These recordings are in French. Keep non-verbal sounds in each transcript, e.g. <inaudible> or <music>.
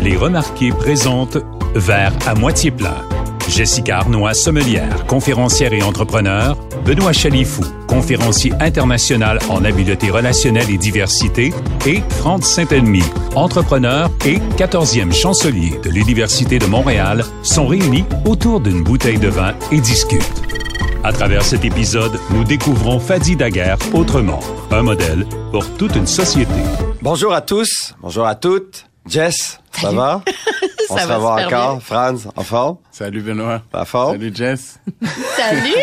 Les Remarqués présentent Verre à moitié plein. Jessica Arnois, sommelière, conférencière et entrepreneur. Benoît Chalifou, conférencier international en habileté relationnelle et diversité. Et Franck Saint-Elmy, entrepreneur et 14e chancelier de l'Université de Montréal, sont réunis autour d'une bouteille de vin et discutent. À travers cet épisode, nous découvrons Fadi Daguerre autrement, un modèle pour toute une société. Bonjour à tous, bonjour à toutes. Jess, ça Salut. <laughs> va? On Ça se va revoit super encore. bien. Franz, en forme? Salut Benoît. Pas Oh. fort? Salut Jess. Salut!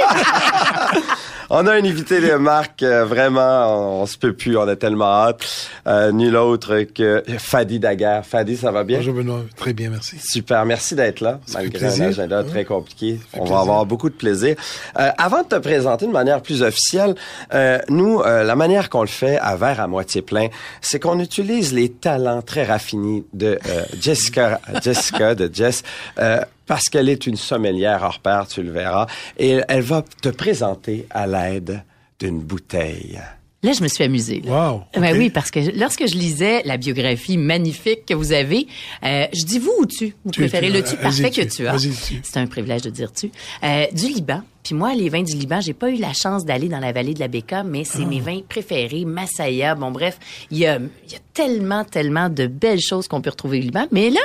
On a un invité de marque, euh, vraiment, on, on se peut plus, on a tellement hâte. Euh, nul autre que Fadi Daguerre. Fadi, ça va bien? Bonjour Benoît, très bien, merci. Super, merci d'être là, Ça fait malgré un plaisir. agenda Ouais. très compliqué. fait On va plaisir. avoir beaucoup de plaisir. Euh, avant de te présenter de manière plus officielle, euh, nous, euh, la manière qu'on le fait à verre à moitié plein, c'est qu'on utilise les talents très raffinés de euh, Jessica, Jessica de Jess. euh, parce qu'elle est une sommelière hors pair, tu le verras, et elle va te présenter à l'aide d'une bouteille. Là, je me suis amusée. là. Wow. Ben Ok. oui, parce que lorsque je lisais la biographie magnifique que vous avez, euh, je dis vous ou tu. Vous Tu, préférez tu, le tu vas-y, parfait tu, que tu as. vas-y, tu. C'est un privilège de dire tu. Euh, du Liban. Puis moi, les vins du Liban, j'ai pas eu la chance d'aller dans la vallée de la Béka, mais c'est Ah. mes vins préférés, Masaya. Bon, bref, il y a, il y a tellement, tellement de belles choses qu'on peut retrouver au Liban. Mais là,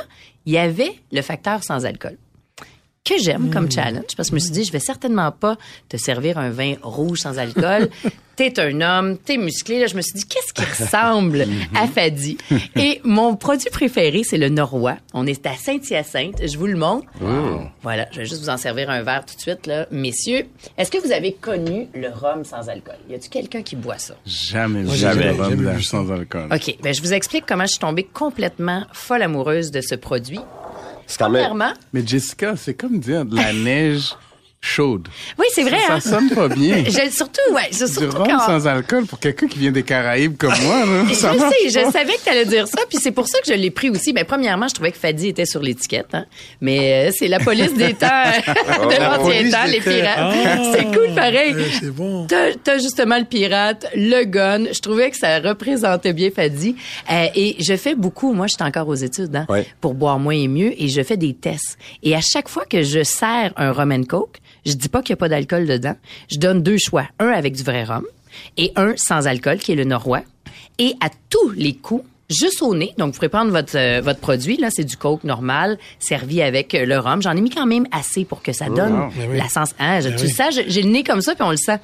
il y avait le facteur sans alcool que j'aime comme Hmm. challenge parce que je me suis dit je vais certainement pas te servir un vin rouge sans <laughs> alcool. T'es un homme, t'es musclé. Là, je me suis dit, qu'est-ce qui <laughs> ressemble Mhm. à Fadi? Et mon produit préféré, c'est le Norrois. On est à Saint-Hyacinthe. Je vous le montre. Voilà, je vais juste vous en servir un verre tout de suite, là. Messieurs, est-ce que vous avez connu le rhum sans alcool? Y a-tu quelqu'un qui boit ça? Jamais, Moi, vu jamais, de rhum jamais blanc vu ça. sans alcool. OK, ben, je vous explique comment je suis tombée complètement folle amoureuse de ce produit. C'est Ben, quand même... Premièrement, Mais Jessica, c'est comme dire <laughs> de la neige chaude. oui, c'est vrai, Ça, hein? ça sonne pas bien. <laughs> Je- surtout, ouais, je- Du surtout rhum quand- sans alcool pour quelqu'un qui vient des Caraïbes comme moi, <laughs> là, <laughs> Je ça marche sais, je pas. savais que tu allais dire ça, puis c'est pour ça que je l'ai pris aussi. Ben, premièrement, je trouvais que Fadi était sur l'étiquette, hein. mais euh, c'est la police des <laughs> temps euh, de la l'ancien police temps, des les temps. pirates. Ah. <laughs> c'est cool pareil. Euh, c'est bon. T'as t'as justement le pirate, le gun. Je trouvais que ça représentait bien Fadi. Euh, et je fais beaucoup, moi je suis encore aux études, hein, Ouais. pour boire moins et mieux, et je fais des tests. Et à chaque fois que je sers un rum and coke, je dis pas qu'il n'y a pas d'alcool dedans. Je donne deux choix. Un avec du vrai rhum et un sans alcool, qui est le norrois. Et à tous les coups, juste au nez, donc vous pourrez prendre votre, euh, votre produit, là c'est du coke normal, servi avec euh, le rhum. J'en ai mis quand même assez pour que ça donne wow. Oh, Mais oui. la sens... hein, je- Ben tu oui. le ça, je- j'ai le nez comme ça, puis on le sent.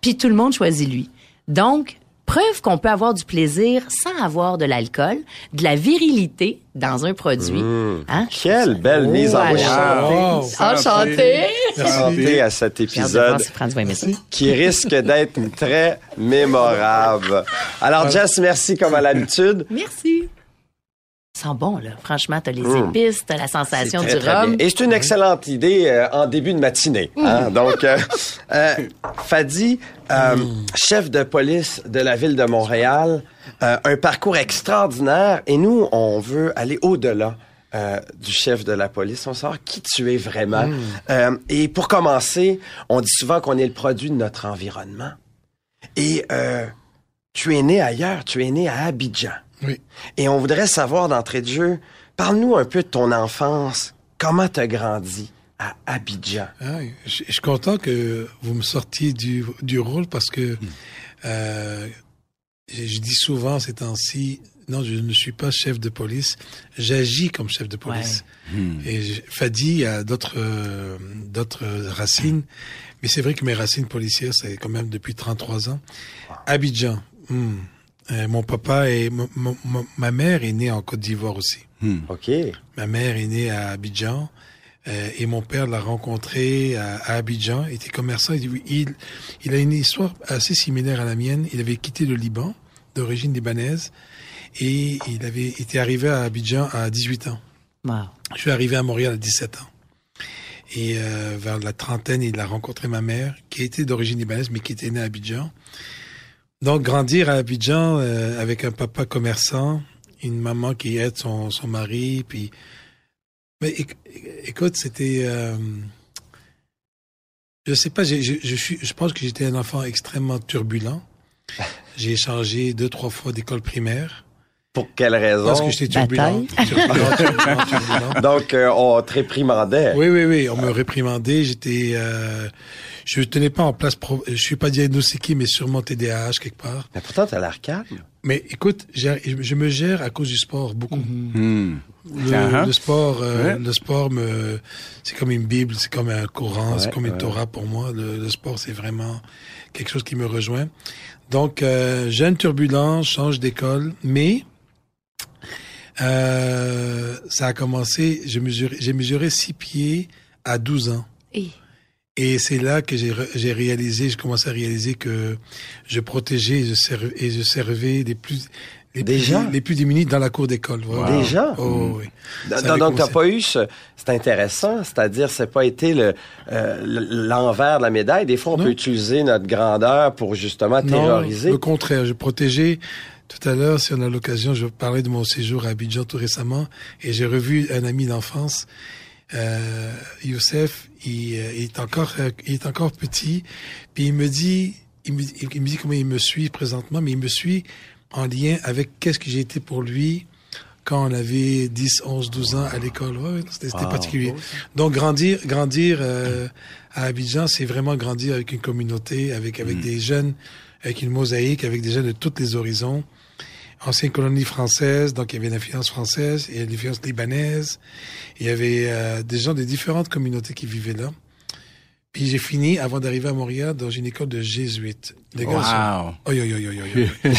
Puis tout le monde choisit lui. Donc, preuve qu'on peut avoir du plaisir sans avoir de l'alcool, de la virilité dans un produit. Hein? Mmh. Quelle belle mise en bouche. Ah. Voilà. Wow. Enchanté. Santé à cet J'ai hâte de voir épisode. si Franz va aimer ça. qui risque d'être très mémorable. Alors, Jess, merci comme à l'habitude. Merci. Ça sent bon, là. Franchement, t'as les Mm. épices, t'as la sensation Très, du très rhum. Mm. bien. Et c'est une excellente idée euh, en début de matinée. hein. Donc, euh, euh, Fadi, euh, chef de police de la ville de Montréal, euh, un parcours extraordinaire. Et nous, on veut aller au-delà. euh, du chef de la police, on savoir qui tu es vraiment. Mm. Euh, et pour commencer, on dit souvent qu'on est le produit de notre environnement. Et euh, tu es né ailleurs, tu es né à Abidjan. Oui. Et on voudrait savoir d'entrée de jeu, parle-nous un peu de ton enfance. Comment t'as grandi à Abidjan? Ah, je, je suis content que vous me sortiez du, du rôle parce que euh, je je dis souvent ces temps-ci, non, je ne suis pas chef de police, j'agis comme chef de police. Et je- Fadi a d'autres euh, d'autres racines, mais c'est vrai que mes racines policières, c'est quand même depuis 33 ans. Abidjan, hmm. Euh, mon papa et mon- mon- mon- ma mère est née en Côte d'Ivoire aussi. OK. Ma mère est née à Abidjan euh, et mon père l'a rencontré à, à Abidjan. Il était commerçant. Il, il, il a une histoire assez similaire à la mienne. Il avait quitté le Liban d'origine libanaise et il avait été arrivé à Abidjan à 18 ans. Wow. Je suis arrivé à Montréal à 17 ans. Et euh, vers la trentaine, il a rencontré ma mère, qui était d'origine libanaise, mais qui était née à Abidjan. Donc, grandir à Abidjan euh, avec un papa commerçant, une maman qui aide son, son mari, puis... Mais éc- écoute, c'était... euh, Je sais pas, j'ai- je, je, suis, je pense que j'étais un enfant extrêmement turbulent. J'ai changé deux, trois fois d'école primaire. Pour quelle raison? Parce que j'étais turbulent. Turbulent, turbulent, turbulent. Donc, euh, on te réprimandait. Oui, oui, oui. On me réprimandait. J'étais, euh, je tenais pas en place. pro- Je suis pas diagnostiqué, mais sûrement TDAH quelque part. Mais pourtant, t'as l'air calme. Mais écoute, j'ai- je me gère à cause du sport beaucoup. Hmm. Le, Ah, le sport, euh, Ouais. le sport me, c'est comme une bible, c'est comme un Coran, c'est Ouais, comme une ouais. Torah pour moi. Le, le sport, c'est vraiment quelque chose qui me rejoint. Donc, euh, jeune turbulent, change d'école, mais euh, ça a commencé. J'ai mesuré, j'ai mesuré six pieds à 12 ans. Et Et c'est là que j'ai re- j'ai réalisé, j'ai commencé à réaliser que je protégeais et je, serv- et je servais les plus les Déjà? plus, les plus démunis dans la cour d'école. Voilà. Déjà? Oh, oui. Ça Donc, avait donc, t'as commencé. pas eu ce... C'est intéressant, c'est-à-dire, c'est pas été le euh, l'envers de la médaille. Des fois, on Non. peut utiliser notre grandeur pour justement terroriser. Non, le contraire, je protégeais. Tout à l'heure, si on a l'occasion, je parlais de mon séjour à Abidjan tout récemment et j'ai revu un ami d'enfance, euh, Youssef, il, euh, il est encore, euh, il est encore petit, puis il me dit, il me, il me dit comment il me suit présentement, mais il me suit en lien avec qu'est-ce que j'ai été pour lui quand on avait 10, 11, 12 ans à l'école. Ouais, ouais, c'était c'était Wow. particulier. Donc grandir, grandir euh, à Abidjan, c'est vraiment grandir avec une communauté, avec avec des jeunes, avec une mosaïque, avec des jeunes de tous les horizons. Ancienne colonie française, donc il y avait l'influence française, il y avait l'influence libanaise, il y avait euh, des gens de différentes communautés qui vivaient là. Puis j'ai fini, avant d'arriver à Montréal, dans une école de jésuites. De garçons. Wow. Oi, oi, oi, oi, oi, oi.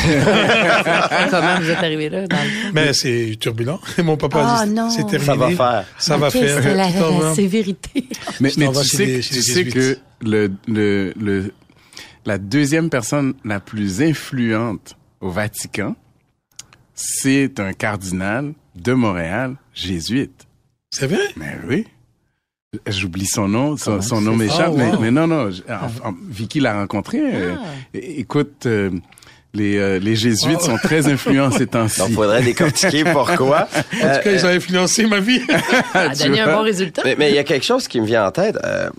comment vous êtes arrivé là? Dans le... Mais c'est turbulent. <laughs> Mon papa Ah, a dit, non. c'est terminé. Ça va faire. Ça va Ok, faire. C'est la, Tu t'en vas. la <laughs> sévérité. Mais, Je mais t'en vas tu chez sais, les- que- chez tu les sais que Jésuites. le, le, le, la deuxième personne la plus influente au Vatican, c'est un cardinal de Montréal, jésuite. C'est vrai? Mais oui. J'oublie son nom, son, son nom c'est- m'échappe, Ah, mais, wow. Ah. mais non, non. j- en- en- Vicky l'a rencontré. euh, é- écoute, euh, les, euh, les jésuites Ah. sont très influents <laughs> ces Donc, temps-ci. <laughs> faudrait décortiquer pourquoi. En tout cas, euh, ils ont influencé <laughs> ma vie. Ça Ah, a donné un bon résultat. Mais mais il y a quelque chose qui me vient en tête. Euh,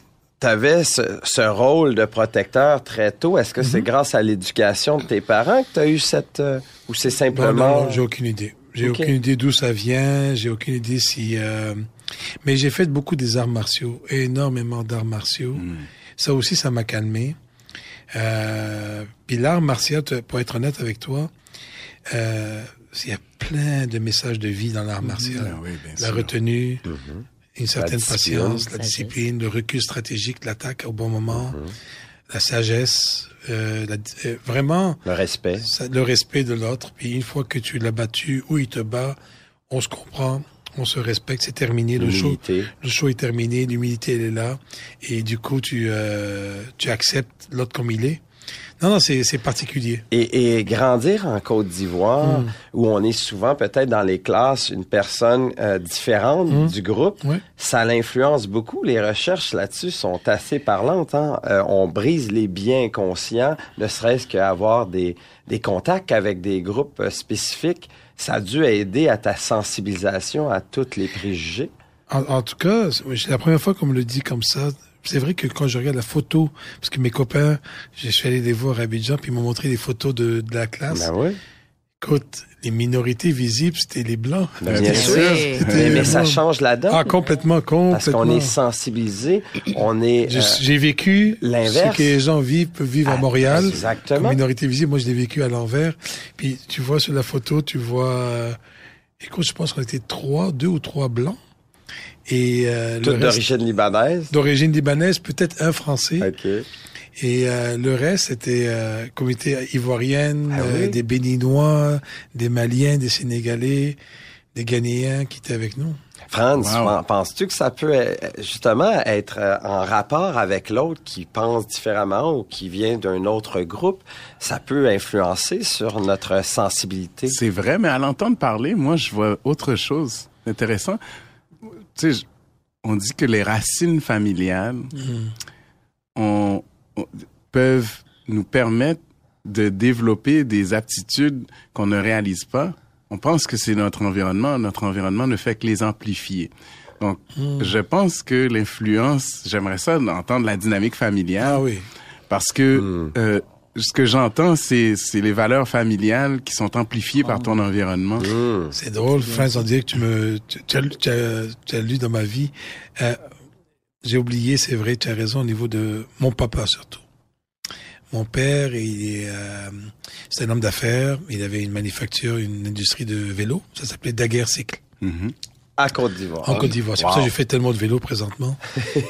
tu avais ce, ce rôle de protecteur très tôt. Est-ce que c'est Mhm. grâce à l'éducation de tes parents que tu as eu cette... euh, ou c'est Ben Non, simplement... non, non, j'ai aucune idée. J'ai Ok. aucune idée d'où ça vient. J'ai aucune idée si. euh, Mais j'ai fait beaucoup des arts martiaux, énormément d'arts martiaux. Hmm. Ça aussi, ça m'a calmé. Euh... Puis l'art martial, te- pour être honnête avec toi, euh... il y a plein de messages de vie dans l'art Hmm, martial. ben Ah oui, bien la sûr. retenue, une certaine discipline. patience, la Sagesse. discipline, le recul stratégique, l'attaque au bon moment, la sagesse, euh, la- euh, vraiment Le respect. ça- le respect de l'autre. Puis une fois que tu l'as battu ou il te bat, on se comprend, on se respecte, c'est terminé. Le show, L'humilité. le show est terminé, l'humilité elle est là, et du coup tu euh, tu acceptes l'autre comme il est. Non non c'est c'est particulier. Et, et grandir en Côte d'Ivoire, Mm. où on est souvent peut-être dans les classes une personne euh, différente Mm. du groupe, Ouais. ça l'influence beaucoup. Les recherches là-dessus sont assez parlantes. hein. Euh, on brise les biens conscients, ne serait-ce qu'avoir des, des contacts avec des groupes euh, spécifiques. Ça a dû aider à ta sensibilisation à tous les préjugés. En, en tout cas, c'est la première fois qu'on me le dit comme ça. C'est vrai que quand je regarde la photo, parce que mes copains, je suis allé les voir à Abidjan, puis ils m'ont montré des photos de, de la classe. Ben oui. Écoute, les minorités visibles, c'était les blancs. Ben, bien bien C'était- sûr. Oui. Mais, mais ça change la donne. Ah, complètement, complètement. parce qu'on est sensibilisé, on est... Je- euh, J'ai vécu l'inverse. ce que les gens vivent, peuvent vivre à Ah, Montréal. exactement. comme Minorité visible, moi je l'ai vécu à l'envers. Puis tu vois sur la photo, tu vois... euh, écoute, je pense qu'on était trois, deux ou trois blancs. Et euh, le toutes reste- d'origine libanaise. d'origine libanaise, peut-être un français. OK. Et euh, le reste, c'était euh, comité ivoirienne, Ah euh, oui? des béninois, des maliens, des sénégalais, des ghanéens qui étaient avec nous. Franz, Wow. pen- penses-tu que ça peut euh, justement être euh, en rapport avec l'autre qui pense différemment ou qui vient d'un autre groupe? Ça peut influencer sur notre sensibilité. C'est vrai, mais à l'entendre parler, moi, je vois autre chose d'intéressant. Tu sais, je- on dit que les racines familiales ont- ont- peuvent nous permettre de développer des aptitudes qu'on ne réalise pas. On pense que c'est notre environnement. Notre environnement ne fait que les amplifier. Donc, je pense que Ah Ah l'influence, j'aimerais ça entendre la dynamique familiale oui. parce que euh, ce que j'entends, c'est c'est les valeurs familiales qui sont amplifiées par ton environnement. Hmm. C'est drôle, Franz, on dirait que tu me, tu, tu as, lu- tu as- tu as lu dans ma vie. Euh, J'ai oublié, c'est vrai, tu as raison au niveau de mon papa surtout. Mon père, il est, euh, c'est un homme d'affaires. Il avait une manufacture, une industrie de vélos. Ça s'appelait Daguerrecycle Mhm. À Côte d'Ivoire. en Côte d'Ivoire. C'est pour Ah, Wow. ça que je fais tellement de vélo présentement.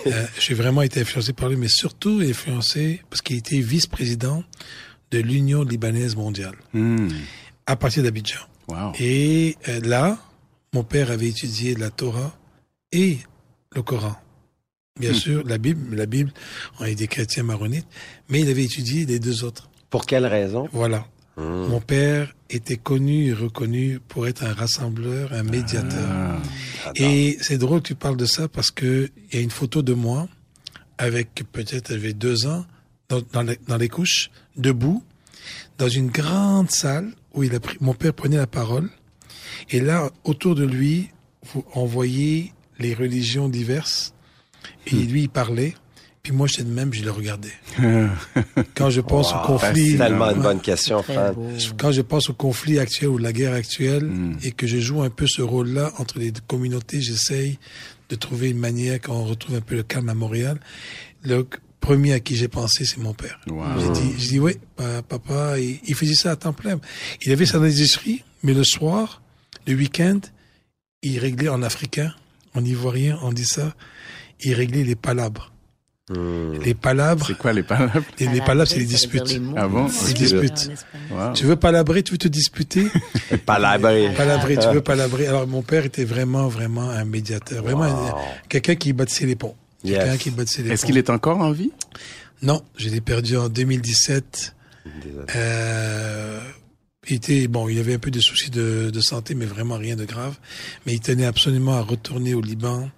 euh, j'ai vraiment été influencé par lui, mais surtout influencé parce qu'il était vice-président de l'Union libanaise mondiale Hmm. à partir d'Abidjan. Wow. Et euh, là, mon père avait étudié la Torah et le Coran. Bien sûr, la Bible, mais la Bible, on est des chrétiens maronites, mais il avait étudié les deux autres. Pour quelle raison? Voilà. Mon père était connu et reconnu pour être un rassembleur, un médiateur. Ah. Et c'est drôle que tu parles de ça parce que il y a une photo de moi avec peut-être j'avais deux ans dans, dans les, dans les couches, debout, dans une grande salle où il a pris, mon père prenait la parole. Et là, autour de lui, vous- on voyait les religions diverses. Et lui, il parlait. Puis moi, j'étais de même, je le regardais. Quand je pense au Wow, conflit, Ah, hein. C'est tellement une Ouais. bonne question, Très Fran. beau. Quand je pense au conflit actuel ou la guerre actuelle et que je joue un peu ce rôle-là entre les deux communautés, j'essaye de trouver une manière qu'on retrouve un peu le calme à Montréal. Le premier à qui j'ai pensé, c'est mon père. Wow. J'ai dit, j'ai dit, oui, pa- papa, il, il faisait ça à temps plein. Il avait sa industrie, mais le soir, le week-end, il réglait en africain, en ivoirien, on dit ça, il réglait les palabres. Les palabres, C'est quoi les <laughs> palabres? les, les palabres, c'est les disputes. Ah bon? Les disputes. Ah, Wow. Tu veux palabrer, tu veux te disputer, Palabré. Palabrer, Euh. tu veux palabrer. Alors, mon père était vraiment, vraiment un médiateur. Vraiment un- quelqu'un qui bâtissait les ponts. Yes. Quelqu'un qui bâtissait les Est-ce ponts. qu'il est encore en vie? Non, je l'ai perdu en 2017. Euh, il était, bon, il avait un peu de soucis de, de santé, mais vraiment rien de grave. Mais il tenait absolument à retourner au Liban,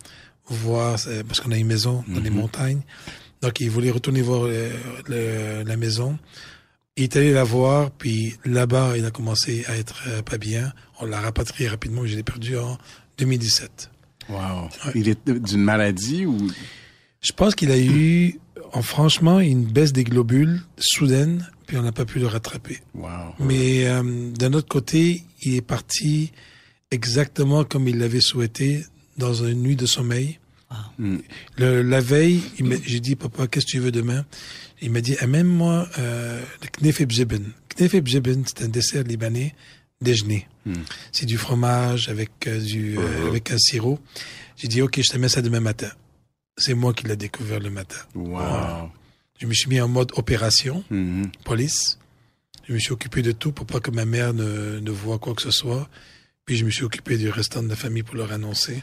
voir, euh, parce qu'on a une maison dans les montagnes. Donc, il voulait retourner voir euh, le- la maison. Il est allé la voir, puis là-bas, il a commencé à être euh, pas bien. On l'a rapatrié rapidement, mais je l'ai perdu en 2017. Wow. Il est d'une maladie ou Je pense qu'il a eu, en, franchement, une baisse des globules soudaine, puis on n'a pas pu le rattraper. wow. Mais euh, d'un autre côté, il est parti exactement comme il l'avait souhaité dans une nuit de sommeil. Le- la veille, il m'a- j'ai dit, papa, qu'est-ce que tu veux demain Il m'a dit, amène-moi euh, le knef et bjebben. Knef et bjebben, c'est un dessert libanais déjeuner. C'est du fromage avec, euh, du, euh, avec un sirop. J'ai dit, ok, je te mets ça demain matin. C'est moi qui l'ai découvert le matin. Wow. Je me suis mis en mode opération Mhm. police. Je me suis occupé de tout pour pas que ma mère ne, ne voit quoi que ce soit. Puis je me suis occupé du restant de la famille pour leur annoncer.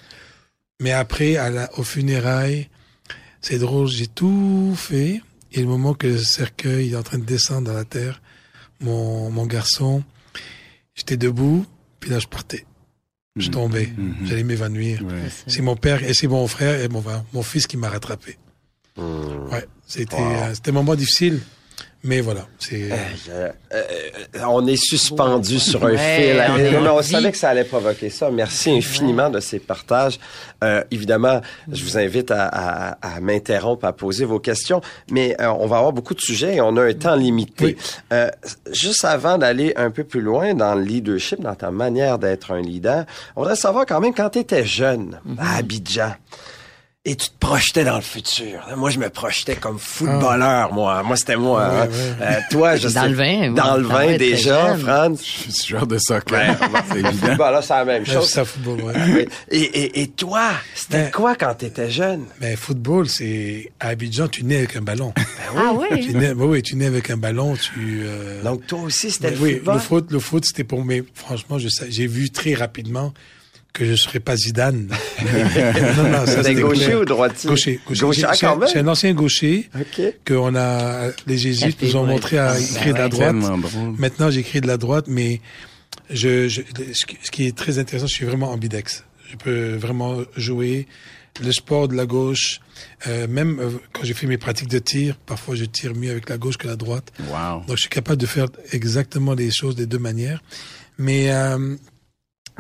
Mais après, à la, au funérailles, c'est drôle, j'ai tout fait. Et le moment que le cercueil il est en train de descendre dans la terre, mon, mon garçon, j'étais debout, puis là je partais. Je tombais, j'allais m'évanouir. Ouais. C'est mon père et c'est mon frère et mon, mon fils qui m'a rattrapé. Hmm. Ouais, c'était euh, c'était un moment difficile, mais voilà. C'est Euh, euh, on est suspendu sur un Ouais, fil. on Euh, est non, mais en on vie. savait que ça allait provoquer ça. Merci infiniment de ces partages. Euh, évidemment, je vous invite à, à- à m'interrompre, à poser vos questions, mais euh, on va avoir beaucoup de sujets et on a un temps limité. Oui. Euh, juste avant d'aller un peu plus loin dans le leadership, dans ta manière d'être un leader, on voudrait savoir quand même quand tu étais jeune Mhm. à Abidjan. Et tu te projetais dans le futur. Moi, je me projetais comme footballeur, moi. Moi, c'était moi. hein. Euh, toi, je Ah. Dans sais- le vin, oui. Dans le Ah vin, ouais, très déjà, jeune. <laughs> Franz. Je suis joueur de soccer. <laughs> c'est évident. Bah, Footballeur, c'est la même chose. ça football. ouais. Ah Oui. Et, et, et toi, c'était Ben- quoi quand t'étais jeune? Mais football, c'est à Abidjan, tu nais avec un ballon. Ah tu oui? nais, bah oui, tu nais avec un ballon. Tu. euh, Donc, toi aussi, c'était Ben le oui, football? le foot, le foot, c'était pour mes. Franchement, je sais- j'ai vu très rapidement que je serais <laughs> pas Zidane. non, non, ça, T'étais c'était gaucher clair. ou droitier? Gaucher, gaucher. Gaucher, J'ai- ah, j'ai- quand même? j'ai un ancien gaucher OK. qu'on a les jésuites Café, nous ont ouais. montré à Ah, écrire de la ouais. droite. Tellement drôle. Maintenant, j'écris de la droite, mais je, je- ce qui- ce qui est très intéressant, je suis vraiment ambidex. Je peux vraiment jouer le sport de la gauche. Euh, même euh, quand j'ai fait mes pratiques de tir, parfois je tire mieux avec la gauche que la droite. Wow. Donc, je suis capable de faire exactement les choses des deux manières. Mais, euh,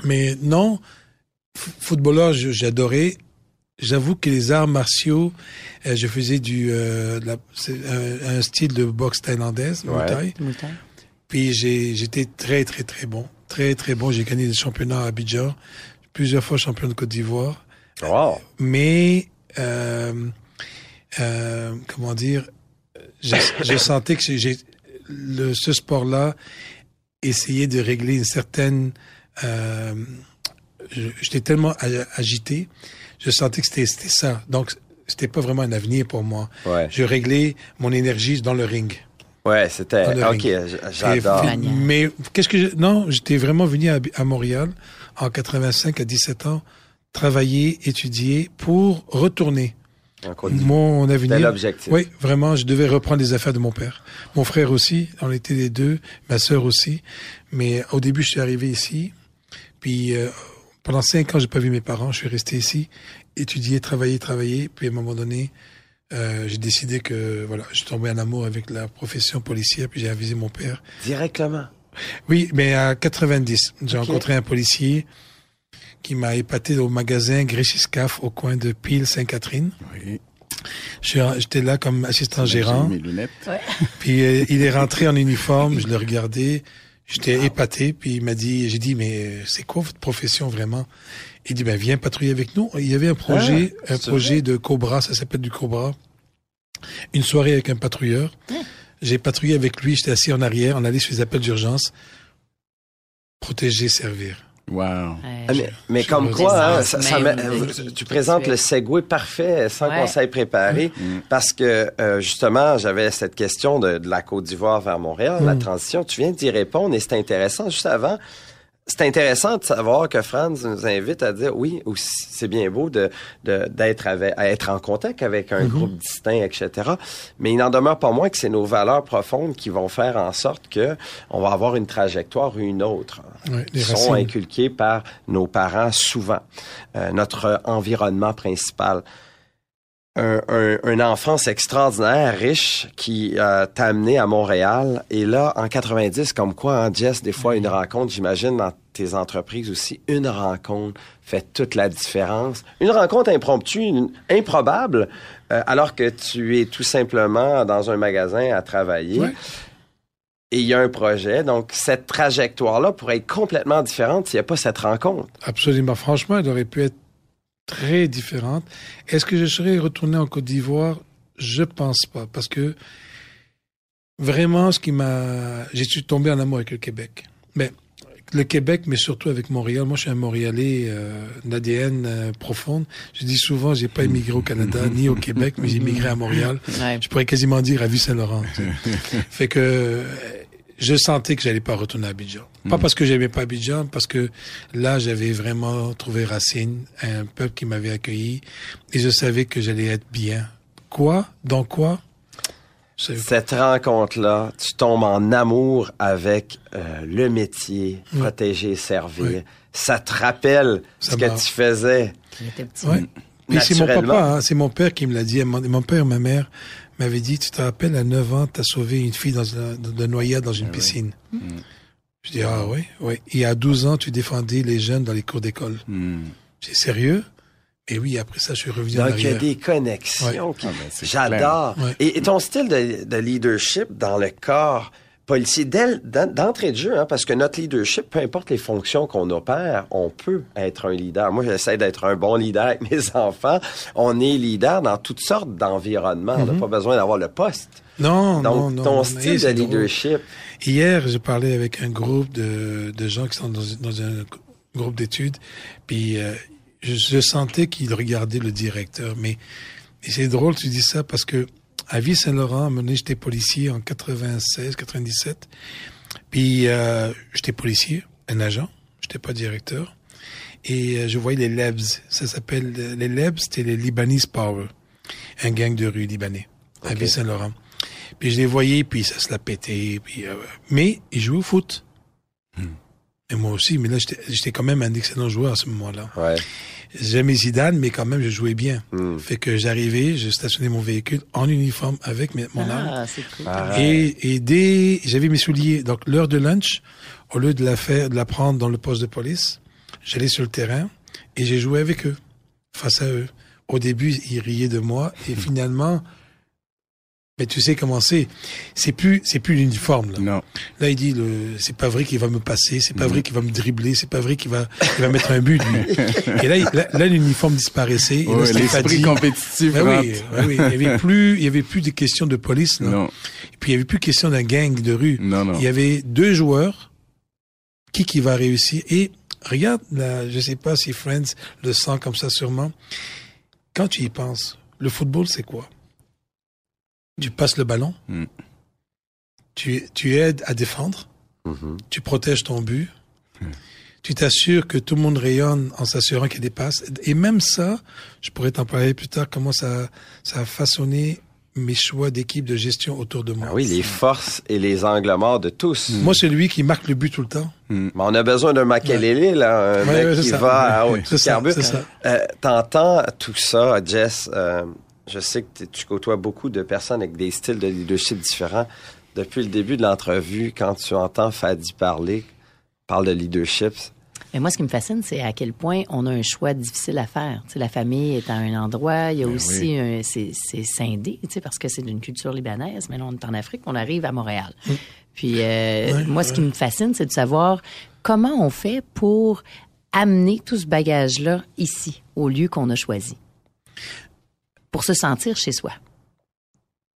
mais non, f- footballeur, je- j'adorais. j'avoue que les arts martiaux, euh, je faisais du euh, de la- c'est euh, un, un style de boxe thaïlandaise, Muay Ouais. Thai. Puis j'ai- j'étais très, très, très bon. Très, très bon. J'ai gagné des championnats à Abidjan, plusieurs fois champion de Côte d'Ivoire. Wow. Mais, euh, euh, comment dire, je, je sentais que j'ai- j'ai le, ce sport-là essayait de régler une certaine... euh, je- J'étais tellement a- agité, je sentais que c'était c'était ça. Donc, c'était pas vraiment un avenir pour moi. Ouais. Je réglais mon énergie dans le ring. Ouais, c'était. Dans le Ok, ring. j- Et- j'adore. et- Mais qu'est-ce que je- non, j'étais vraiment venu à, à Montréal en 85 à 17 ans, travailler, étudier pour retourner Donc, on dit- mon avenir. C'était l'objectif. Oui, vraiment, je devais reprendre les affaires de mon père. Mon frère aussi, on était les deux, ma sœur aussi. Mais euh, au début, je suis arrivé ici. Puis euh, pendant cinq ans, j'ai pas vu mes parents. Je suis resté ici, étudier, travailler, travailler. Puis à un moment donné, euh, j'ai décidé que voilà, je tombais en amour avec la profession policière. Puis j'ai avisé mon père. Directement. Oui, mais à 90, j'ai Ok. rencontré un policier qui m'a épaté au magasin Gréchiscaf au coin de Pile Sainte-Catherine. Oui. Je suis en- J'étais là comme assistant gérant. J'ai mes lunettes. Puis euh, il est rentré en uniforme, je le regardais, j'étais épaté. Puis il m'a dit, j'ai dit, mais euh, c'est quoi votre profession vraiment Il dit, ben viens patrouiller avec nous. Il y avait un projet, un projet de Cobra, ça s'appelle du Cobra. Une soirée avec un patrouilleur. J'ai patrouillé avec lui, j'étais assis en arrière, on allait sur les appels d'urgence. Protéger, servir. Wow. Ouais. Ah, Mais, mais je comme me quoi, hein, présente ça, ça même m'a- de euh, qui- tu qui présentes tu es. le segway parfait euh, sans Ouais. Mm. qu'on s'aille préparer. Parce que, euh, justement, j'avais cette question de, de la Côte d'Ivoire vers Montréal, Mm. la transition. Tu viens d'y répondre et c'est intéressant. Juste avant, c'est intéressant de savoir que Franz nous invite à dire oui, aussi, c'est bien beau de, de- d'être avec- à être en contact avec Mm-hmm. un groupe distinct, etc. Mais il n'en demeure pas moins que c'est nos valeurs profondes qui vont faire en sorte que on va avoir une trajectoire ou une autre. hein, Ouais, les Qui sont racines. inculqués par nos parents souvent, euh, notre environnement principal. Un, un- une enfance extraordinaire, riche, qui euh, t'a amené à Montréal. Et là, en 90, comme quoi, en Jess, des fois, une rencontre, j'imagine, dans tes entreprises aussi, une rencontre fait toute la différence. Une rencontre impromptue, une- improbable, euh, alors que tu es tout simplement dans un magasin à travailler Ouais. et il y a un projet. Donc, cette trajectoire-là pourrait être complètement différente s'il n'y a pas cette rencontre. Absolument. Franchement, elle aurait pu être très différente. Est-ce que je serais retourné en Côte d'Ivoire Je pense pas, parce que vraiment, ce qui m'a, j'ai suis tombé en amour avec le Québec. Mais le Québec, mais surtout avec Montréal. Moi, je suis un Montréalais euh, d'ADN profonde. Je dis souvent, j'ai pas immigré au Canada ni au Québec, mais j'ai immigré à Montréal. Ouais. Je pourrais quasiment dire à Ville-Saint-Laurent. tu sais. fait que euh, je sentais que j'allais pas retourner à Abidjan. Pas parce que j'aimais pas Abidjan, parce que là, j'avais vraiment trouvé racine, un peuple qui m'avait accueilli, et je savais que j'allais être bien. Quoi? Dans quoi? C'est- Cette rencontre-là, tu tombes en amour avec euh, le métier, protéger et servir. Oui. Ça te rappelle Ça ce que m'a- tu faisais. Il était petit. Ouais. Puis c'est mon Naturellement. papa, hein, c'est mon père qui me l'a dit. Mon, mon père, ma mère m'avait dit, tu te rappelles, à 9 ans, t'as sauvé une fille dans un, de noyade dans Ah une piscine. Mm. Je dis, ah oui, oui. Et à 12 ans, tu défendais les jeunes dans les cours d'école. Hmm. C'est sérieux? Et oui, après ça, je suis revenu en Mm. Donc, il y a arrière. des connexions. qui- c'est J'adore. clair. Ouais. Et, et ton style de, de leadership dans le corps policier, dès le- d'en- d'entrée de jeu, hein, parce que notre leadership, peu importe les fonctions qu'on opère, on peut être un leader. Moi, j'essaie d'être un bon leader avec <laughs> mes enfants. On est leader dans toutes sortes d'environnements. Mm-hmm. On n'a pas besoin d'avoir le poste. Non, Oh non, Donc, non. ton non, style hey, de c'est drôle. leadership, Hier, je parlais avec un groupe de, de gens qui sont dans, dans un groupe d'études, puis euh, je, je sentais qu'ils regardaient le directeur. Mais et c'est drôle, tu dis ça, parce que à Ville-Saint-Laurent, à un moment donné, j'étais policier en 96, 97, puis euh, j'étais policier, un agent, j'étais pas directeur, et euh, je voyais les Lebs. Ça s'appelle, euh, les Lebs, c'était les Libanese Power, un gang de rue libanais, à Ville-Saint-Laurent. Puis je les voyais, puis ça se la pétait. Puis, euh, mais ils jouaient au foot. Et moi aussi, mais là, j'étais- j'étais quand même un excellent joueur à ce moment-là. ouais. J'aimais Zidane, mais quand même, je jouais bien. Fait que j'arrivais, je stationnais mon véhicule en uniforme avec mes- mon arme. Ah, c'est cool. Et, et dès, j'avais mes souliers. Donc, l'heure de lunch, au lieu de la faire, de la prendre dans le poste de police, j'allais sur le terrain et j'ai joué avec eux, face à eux. Au début, ils riaient de moi <laughs> et finalement, mais tu sais comment c'est. C'est plus, c'est plus l'uniforme. Là. Non. là, il dit, le, c'est pas vrai qu'il va me passer, c'est Mm. pas vrai qu'il va me dribbler, c'est pas vrai qu'il va, il va mettre un but. <laughs> lui. Et là, il- là, là, l'uniforme disparaissait. et là, Ouais, c'était Oh, L'esprit Fadi. compétitif. Ben oui, rentre. ben oui, il y avait plus, il y avait plus de questions de police. là. Non, Et puis il y avait plus question d'un gang de rue. non, non. Il y avait deux joueurs. Qui qui va réussir Et regarde, là, je sais pas si Friends le sent comme ça sûrement. Quand tu y penses, le football, c'est quoi Tu passes le ballon, Mm. tu, tu aides à défendre, Mm-hmm. tu protèges ton but, Mm. tu t'assures que tout le monde rayonne en s'assurant qu'il y a des passes. Et même ça, je pourrais t'en parler plus tard, comment ça, ça a façonné mes choix d'équipe de gestion autour de moi. Ah oui, les forces et les angles morts de tous. Moi, c'est lui qui marque le but tout le temps. Mais on a besoin d'un Makelele, là, un Ouais, mec ouais, c'est qui ça. va à Ouais, haute c'est ça, carbure. c'est ça. Euh, T'entends tout ça, Jess. euh, je sais que t'es- tu côtoies beaucoup de personnes avec des styles de leadership différents. Depuis le début de l'entrevue, quand tu entends Fadi parler, parle de leadership, Mais moi, ce qui me fascine, c'est à quel point on a un choix difficile à faire. Tu sais, la famille est à un endroit, il y a Ben aussi un- c'est, c'est scindé, tu sais, parce que c'est d'une culture libanaise, mais là, on est en Afrique, on arrive à Montréal. Puis euh, Mm. Ouais, moi, ce qui me fascine, c'est de savoir comment on fait pour amener tout ce bagage-là ici, au lieu qu'on a choisi, pour se sentir chez soi,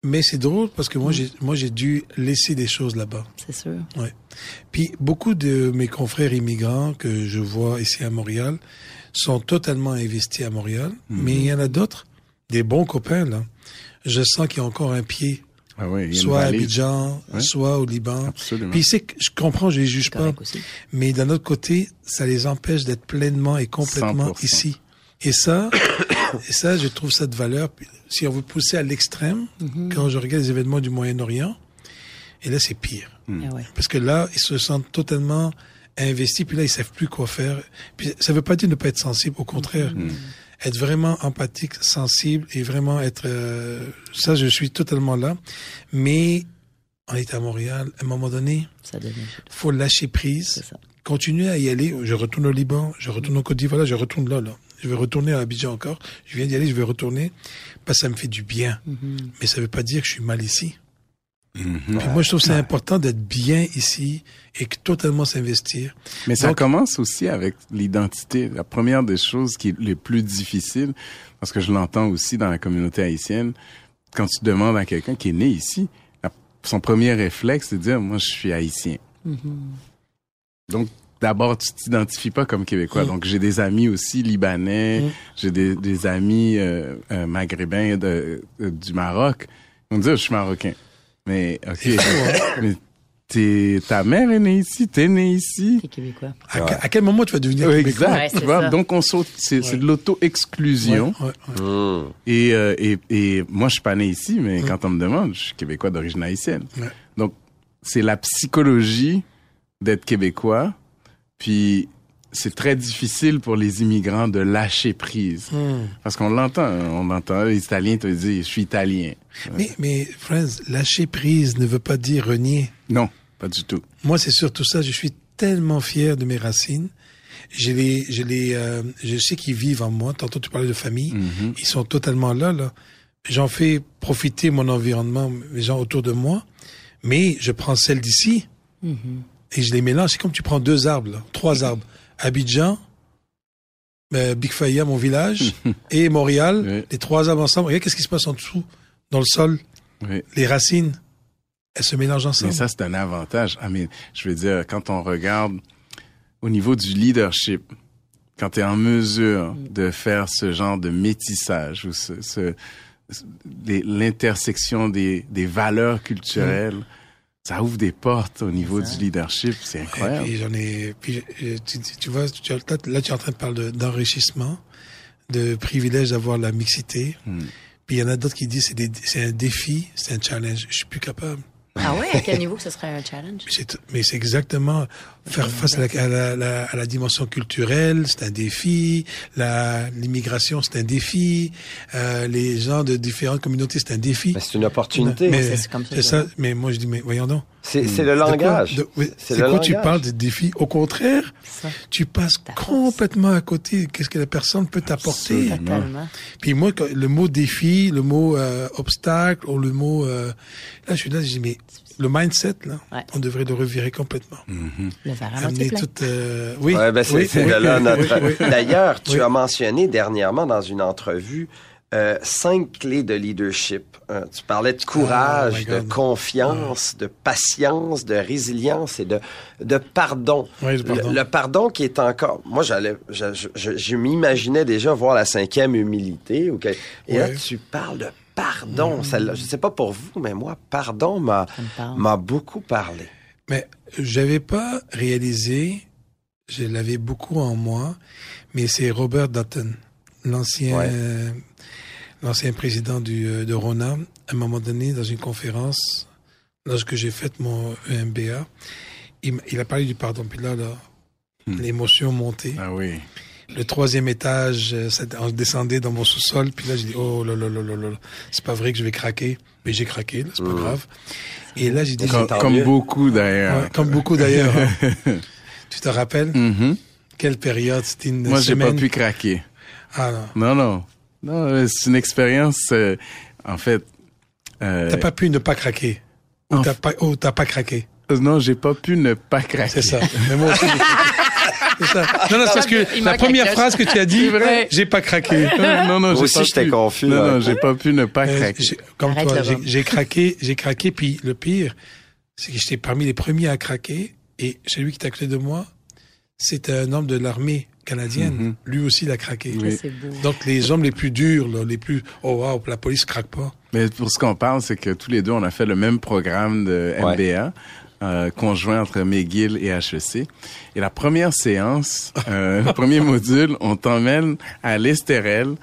Mais c'est drôle parce que moi, j'ai, moi, j'ai dû laisser des choses là-bas. c'est sûr. Ouais. Puis beaucoup de mes confrères immigrants que je vois ici à Montréal sont totalement investis à Montréal, mais il y en a d'autres, des bons copains là. Je sens qu'il y a encore un pied, Ah oui, il y a une soit à valise. Abidjan, Ouais. soit au Liban. Absolument. Puis c'est que je comprends, je les juge pas, Correct aussi. mais d'un autre côté, ça les empêche d'être pleinement et complètement 100%. ici. Et ça, et ça, je trouve ça de valeur. Puis, Si on veut pousser à l'extrême, quand je regarde les événements du Moyen-Orient, et là c'est pire. Mm. Ah ouais. Parce que là, ils se sentent totalement investis, puis là, ils savent plus quoi faire. Puis ça veut pas dire ne pas être sensible, au contraire. Être vraiment empathique, sensible et vraiment être... euh, ça, je suis totalement là. Mais on est à Montréal. À un moment donné, Ça devient faut lâcher prise, C'est ça. continuer à y aller. Je retourne au Liban, je retourne en Côte d'Ivoire, là, je retourne là, là. Je vais retourner à Abidjan encore. Je viens d'y aller, je vais retourner. Parce que ça me fait du bien. Mm-hmm. Mais ça veut pas dire que je suis mal ici. Puis moi, je trouve que c'est important d'être bien ici et que totalement s'investir. Mais ça Donc- commence aussi avec l'identité. La première des choses qui est les plus difficiles, parce que je l'entends aussi dans la communauté haïtienne, quand tu demandes à quelqu'un qui est né ici, la- son premier réflexe, c'est de dire, moi, je suis haïtien. Donc, d'abord, tu t'identifies pas comme Québécois. Donc, j'ai des amis aussi libanais, j'ai des, des amis euh, euh, maghrébins de, euh, du Maroc. On dit, je suis marocain. Mais, OK. mais t'es- ta mère est née ici, t'es né ici. Les Québécois. À, que- à quel moment tu vas devenir Ouais, québécois? Ouais, Exact. tu c'est vois? ça. Donc, on saute, c'est c'est de l'auto-exclusion. Ouais, ouais, ouais. Et, euh, et, et moi, je suis pas né ici, mais quand on me demande, je suis québécois d'origine haïtienne. Ouais. Donc, c'est la psychologie d'être québécois. Puis, c'est très difficile pour les immigrants de lâcher prise. Parce qu'on l'entend. On entend les Italiens te dire, je suis italien. Mais, mais, friends, lâcher prise ne veut pas dire renier. Non, pas du tout. Moi, c'est surtout ça. Je suis tellement fier de mes racines. Je les, je les, euh, je sais qu'ils vivent en moi. Tantôt, tu parlais de famille. Mhm. Ils sont totalement là, là. J'en fais profiter mon environnement, les gens autour de moi. Mais je prends celles d'ici. Et je les mélange. C'est comme tu prends deux arbres, là, <laughs> trois arbres. Abidjan, euh, Big Faya, <laughs> mon village, et Montréal. Oui. Les trois arbres ensemble. Regarde qu'est-ce qui se passe en dessous, dans le sol. Oui. Les racines, elles se mélangent ensemble. Mais ça, c'est un avantage. Ah, mais je veux dire, quand on regarde au niveau du leadership, quand tu es en mesure de faire ce genre de métissage ou ce, ce- ce- les- l'intersection des, des valeurs culturelles, ça ouvre des portes au niveau du leadership. C'est Et incroyable. puis j'en ai. Puis euh, tu, tu- tu vois, tu, là, tu- là, tu es en train de parler de- d'enrichissement, de, privilège d'avoir la mixité. Puis il y en a d'autres qui disent c'est des- c'est un défi, c'est un challenge. Je suis plus capable. Ah ouais, à quel niveau que ce serait un challenge? <laughs> Mais c'est- Mais c'est exactement faire face à la, à la- la- à la dimension culturelle, c'est un défi. La l'immigration, c'est un défi. Euh, les gens de différentes communautés, c'est un défi. ben, c'est une opportunité. Mais c'est comme ça, c'est ça. Mais moi je dis mais voyons donc. C'est c'est le langage. De quoi- de- C'est C'est le quoi tu langage. parles de défi Au contraire, Ça. tu passes Ta force. complètement à côté. Qu'est-ce que la personne peut t'apporter Totalement. Puis moi, quand- le mot défi, le mot euh, obstacle ou le mot... euh, là, je suis là, je dis, mais le mindset, là, Ouais. Mm. on devrait le revirer complètement. Le verre à moitié Amener plein. tout... euh, oui, Ouais, ben, c'est oui, <laughs> c'est oui, de là oui, notre. oui, oui. D'ailleurs, tu Oui. as mentionné dernièrement dans une entrevue euh, cinq clés de leadership. Euh, tu parlais de Oh my courage, de God. confiance, de patience, de résilience et de, de pardon. Oui, le pardon. Le, le pardon qui est encore. Moi, j'allais, je, je- je- je m'imaginais déjà voir la cinquième humilité. ok. Et là, Ouais. tu parles de Mm. pardon. Celle-là, je sais pas pour vous, mais moi, pardon m'a, Ça me parle. m'a beaucoup parlé. Mais j'avais pas réalisé, je l'avais beaucoup en moi, mais c'est Robert Dutton, l'ancien Ouais. euh, l'ancien président du, euh, de Rona, à un moment donné dans une conférence lorsque j'ai fait mon E EMBA, il, m'a- il a parlé du pardon. Puis là, là, l'émotion montait. Ah oui. Le troisième étage, euh, ça- on descendait dans mon sous-sol. Puis là, j'ai dit oh là là là là là, là, c'est pas vrai que je vais craquer, mais j'ai craqué, là, c'est pas grave. Et là, j'ai dit Comme, tant comme mieux. beaucoup d'ailleurs. Ouais, comme beaucoup d'ailleurs. <laughs> hein. tu te rappelles Mhm. quelle période C'était une Moi, j'ai semaine. pas pu craquer. Ah Non, non. non. Non, euh, c'est une expérience, euh, en fait. euh, T'as pas pu ne pas craquer. Ou Enf- t'as pas, ou t'as pas craqué. euh, Non, j'ai pas pu ne pas craquer. <laughs> C'est ça. Mais moi aussi. C'est ça. Non, non, c'est parce que Il la manque première la caisse. phrase que tu as dit, vrai. j'ai pas <laughs> craqué. Euh, non, non, Moi j'ai aussi, pas j'étais pu- confus, Non, là. non, j'ai pas pu ne pas Euh, craquer. j'ai- Comme Arrête toi, le j'ai vent. j'ai craqué, j'ai craqué. Puis le pire, c'est que j'étais parmi les premiers à craquer. Et celui qui t'a clé de moi, c'est un homme de l'armée canadienne. Mm-hmm. Lui aussi, il a craqué. Ça, C'est beau. Donc les hommes les plus durs, là, les plus oh waouh, la police craque pas. Mais pour ce qu'on parle, c'est que tous les deux, on a fait le même programme de MBA, Ouais. euh, conjoint entre McGill et HEC. Et la première séance, euh, <laughs> le premier module, on t'emmène à l'Estérel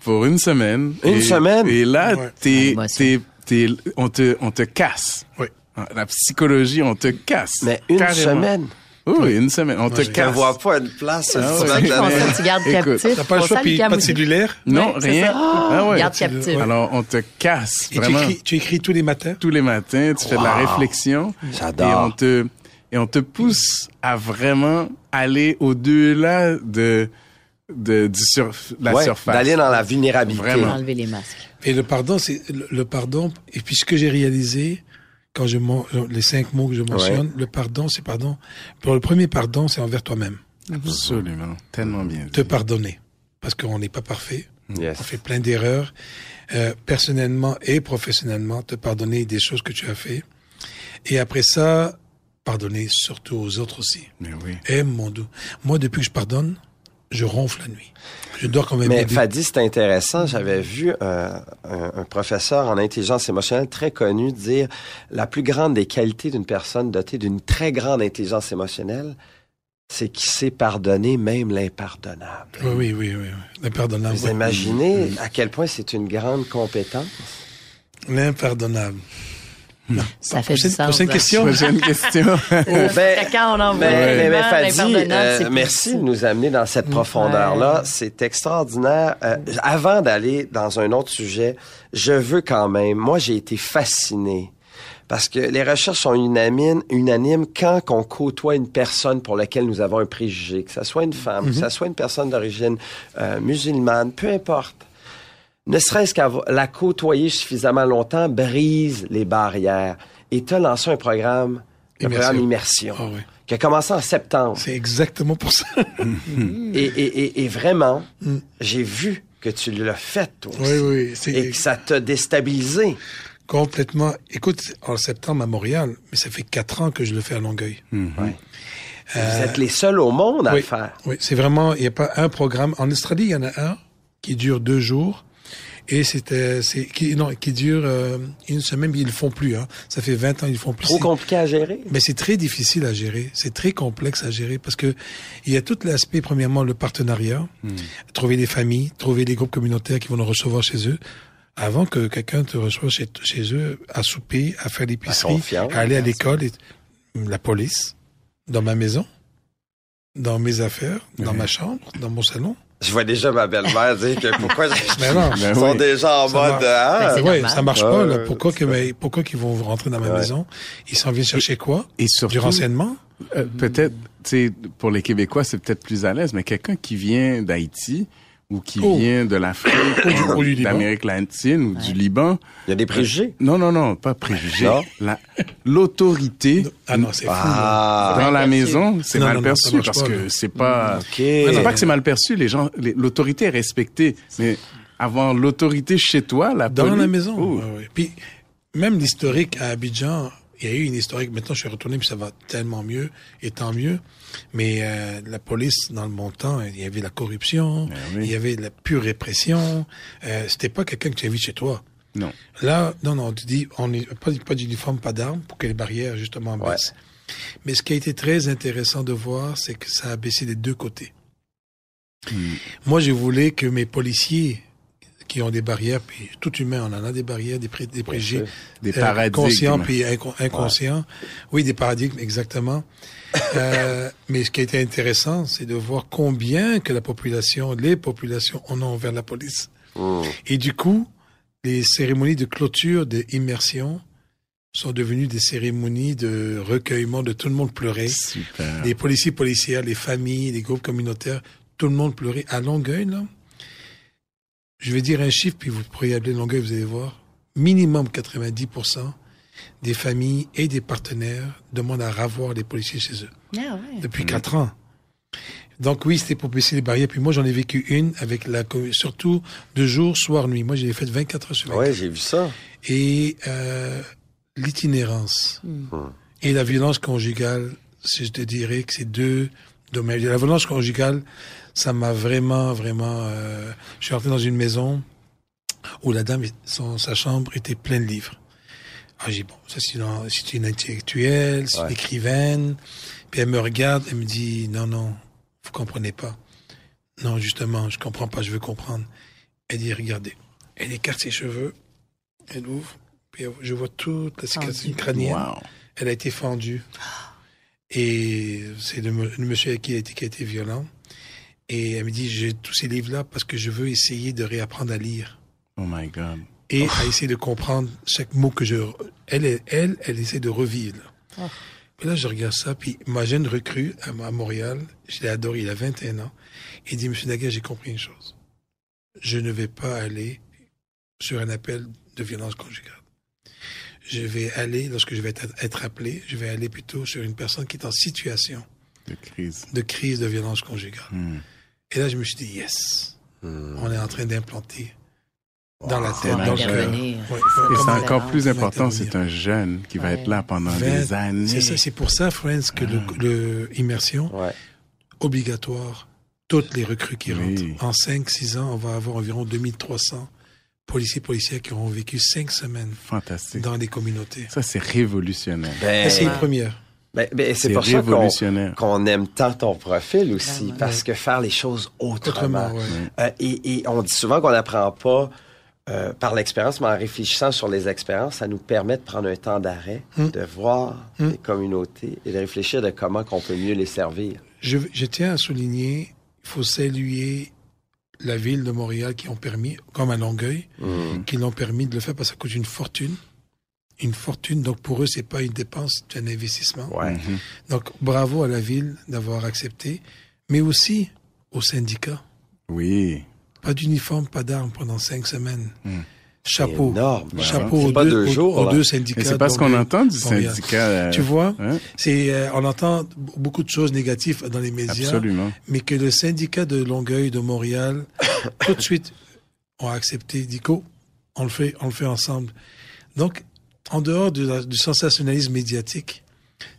pour une semaine. Une Et- semaine? Et là, Ouais. t'es, L'émotion. t'es, t'es- on te, on te casse. Oui. La psychologie, on te casse. Mais une Carrément. semaine. Oui, une semaine. On te je Je ne casse. vois pas une place Ah sur ouais. la Ils font On Ouais. planète. ça, tu gardes Écoute, captif. T'as pas le On choix, sent puis le pas de cam- cellulaire. Non, Ouais, c'est rien. ça. Ah ouais. Garde c'est- captif. ouais. Alors, on te casse. Et tu vraiment. écris, tu écris tous les matins. tous les matins, tu fais de la Wow. réflexion. J'adore. Et on te, et on te pousse à vraiment aller au-delà de, de, du sur, la Ouais, surface. D'aller dans la vulnérabilité. Vraiment. Enlever les masques. Et le pardon, c'est le, le pardon. Et puis ce que j'ai réalisé quand je men- les cinq mots que je mentionne, le pardon, c'est pardon. Pour le premier pardon, c'est envers toi-même, Absolument. Tellement bien. te Mm. dit. pardonner, parce qu'on n'est pas parfait, Yes. on fait plein d'erreurs, euh, personnellement et professionnellement, te pardonner des choses que tu as fait. Et après ça, pardonner surtout aux autres aussi. Mais oui. Eh mon doux. Moi, depuis que je pardonne, je ronfle la nuit. Je dors comme un Mais bébé. Fadi, c'est intéressant. J'avais vu euh, un, un professeur en intelligence émotionnelle très connu dire la plus grande des qualités d'une personne dotée d'une très grande intelligence émotionnelle, c'est qu'il sait pardonner même l'impardonnable. Oui, oui, oui, oui. oui. L'impardonnable. Vous oui. imaginez à quel point c'est une grande compétence. L'impardonnable. Hmm. Ça fait du Prochaine, sens. prochaine hein. question. Prochaine <laughs> question. Ça Ben, fait Quand on en Mais, voit mais, mais vraiment Fadi, l'impardonnable, euh, c'est plus merci de difficile. nous amener dans cette profondeur-là. Ouais. C'est extraordinaire. Euh, avant d'aller dans un autre sujet, je veux quand même, moi j'ai été fasciné parce que les recherches sont unanimes, unanimes quand on côtoie une personne pour laquelle nous avons un préjugé, que ça soit une femme, Mhm. que ça soit une personne d'origine euh, musulmane, peu importe. Ne serait-ce qu'à la côtoyer suffisamment longtemps brise les barrières. Et tu as lancé un programme, le Immersion. programme Immersion Ah oui. qui a commencé en septembre. C'est exactement pour ça. Hmm. Et, et- et- et vraiment, j'ai vu que tu l'as fait, toi oui, aussi. oui. Et C'est que ça t'a déstabilisé. complètement. Écoute, en septembre à Montréal, mais ça fait quatre ans que je le fais à Longueuil. Mhm. Vous êtes les seuls au monde à Euh, oui, le faire. oui, c'est vraiment. Il n'y a pas un programme. En Australie, il y en a un qui dure deux jours. Et c'était, c'est, qui, non, qui dure euh, une semaine, mais ils le font plus. Hein. Ça fait 20 ans, ils le font plus. Trop C'est- compliqué à gérer. Mais c'est très difficile à gérer, c'est très complexe à gérer parce que il y a tout l'aspect premièrement le partenariat, Hmm. trouver des familles, trouver des groupes communautaires qui vont nous recevoir chez eux. Avant que quelqu'un te reçoive chez, chez eux à souper, à faire l'épicerie, confiance, à aller à bien l'école, et- la police dans ma maison. dans mes affaires, dans ma chambre, dans mon <laughs> salon. Je vois déjà ma belle-mère dire que pourquoi <laughs> Mais Ben non. ils sont oui. déjà en Ça mode. marche. ah, c'est Ouais, normal. ça marche pas. Ouais, Là. ouais, Pourquoi que mes- pourquoi qu'ils vont rentrer dans ma Ouais. maison Ils s'en viennent chercher quoi Et Du surtout, renseignement Euh, peut-être, tu sais, pour les Québécois, c'est peut-être plus à l'aise, mais quelqu'un qui vient d'Haïti ou qui Oh. vient <coughs> de l'Afrique, du- ou du Liban. d'Amérique latine ou du Liban, Il y a des préjugés. non, non, non, pas préjugé. Non. La- L'autorité Ah non, c'est fou. là. Ah. dans la perçu. maison, c'est Non, mal non, non, ça perçu marche parce pas, que là. c'est pas. OK. C'est pas que c'est mal perçu, les gens, les- l'autorité est respectée, mais avoir l'autorité chez toi, la Dans police- la maison. Oh. Ouais, ouais. Puis même l'historique à Abidjan, il y a eu une historique. Maintenant, je suis retourné, puis ça va tellement mieux et tant mieux. Mais euh, la police, dans le bon temps, il y avait la corruption, Ben oui. il y avait la pure répression. Euh, C'était pas quelqu'un que tu invites chez toi. Non. Là, non, non, tu dis, on n'est pas, pas d'uniforme, pas d'armes, pour que les barrières, justement, baissent. Mais ce qui a été très intéressant de voir, c'est que ça a baissé des deux côtés. Moi, je voulais que mes policiers qui ont des barrières, puis tout humain, on en a des barrières, des, pré- des préjugés, Des paradigmes. conscients Euh, puis inco- inconscients. Oui, des <laughs> paradigmes, exactement. Euh, mais ce qui a été intéressant, c'est de voir combien que la population, les populations, en ont envers la police. Hmm. Mm. Et du coup, les cérémonies de clôture des immersions sont devenues des cérémonies de recueillement de tout le monde pleurait. Super. Les policiers, policières, les familles, les groupes communautaires, tout le monde pleurait. À Longueuil, là, je vais dire un chiffre, puis vous pourrez appeler Longueuil, vous allez voir. Minimum 90% des familles et des partenaires demandent à ravoir les policiers chez eux Ah ouais. depuis quatre ans. Donc oui, c'était pour baisser les barrières. Puis moi, j'en ai vécu une avec la co- surtout de jour, soir, nuit. Moi, j'ai fait 24 heures sur 24. Ouais, j'ai vu ça. Et euh, l'itinérance et la violence conjugale, si je te dirais que c'est deux domaines. La violence conjugale, ça m'a vraiment, vraiment... euh, je suis rentré dans une maison où la dame, son, sa chambre était pleine de livres. Ah, j'ai dit, bon, ça c'est une, c'est une intellectuelle, c'est Ouais. une écrivaine. Puis elle me regarde, elle me dit, non, non, vous comprenez pas. Non, justement, je comprends pas, je veux comprendre. Elle dit, regardez. Elle écarte ses cheveux, elle ouvre, puis elle- je vois toute la cicatrice Fendue. crânienne. Wow. Elle a été fendue. Et c'est le, mo- le monsieur avec qui elle a été, qui a été violent. Et elle me dit, j'ai tous ces livres-là parce que je veux essayer de réapprendre à lire Oh my God. et à essayer de comprendre chaque mot que je... Elle, elle, elle, elle essaie de revivre. Oh. Puis là, je regarde ça, puis ma jeune recrue à, à Montréal, je l'ai adoré, il a 21 ans, il dit, Monsieur Daguerre, j'ai compris une chose. Je ne vais pas aller sur un appel de violence conjugale. Je vais aller, lorsque je vais être, être appelé, je vais aller plutôt sur une personne qui est en situation De crise. de crise de violence conjugale. Hmm. Et là, je me suis dit, yes, Mm. on est en train d'implanter dans la On tête, va dans le cœur. intervenir. Ouais, Et ouais, c'est ouais. encore plus Comment important, intervenir. c'est un jeune qui va Ouais. être là pendant Vingt- des années. Ah. C'est ça, c'est pour ça, France, que le, le immersion Ouais. obligatoire, toutes les recrues qui Oui. rentrent. En 5-6 ans, on va avoir environ 2300 policiers policières qui auront vécu 5 semaines Fantastique. dans les communautés. Ça, c'est révolutionnaire. Ça, Ben, C'est une première. ben, ben, c'est C'est pour ça qu'on révolutionnaire. qu'on aime tant ton profil aussi, Vraiment. parce que faire les choses autrement. Autrement, ouais. Euh, et, et on dit souvent qu'on n'apprend pas euh, par l'expérience, mais en réfléchissant sur les expériences, ça nous permet de prendre un temps d'arrêt, Hum. de voir les communautés et de réfléchir de comment qu'on peut mieux les servir. Je, je tiens à souligner, il faut saluer la ville de Montréal qui ont permis, comme à Longueuil, Mhm. qui l'ont permis de le faire parce que ça coûte une fortune. Une fortune, donc pour eux, c'est pas une dépense, c'est un investissement. Ouais. Donc, bravo à la ville d'avoir accepté, mais aussi aux syndicats. Oui. Pas d'uniforme, pas d'armes pendant cinq semaines. Hmm. Chapeau. Énorme. hein. Chapeau C'est aux pas deux, deux aux- jours, aux là. deux Et syndicats. c'est pas ce qu'on Longueuil, entend du Montréal. syndicat. euh, Tu vois, hein? c'est euh, on entend b- beaucoup de choses négatives dans les médias, Absolument. mais que le syndicat de Longueuil, <coughs> de Montréal, tout de suite ont accepté. Dico, on le fait, on le fait ensemble. Donc, en dehors de la- du sensationnalisme médiatique,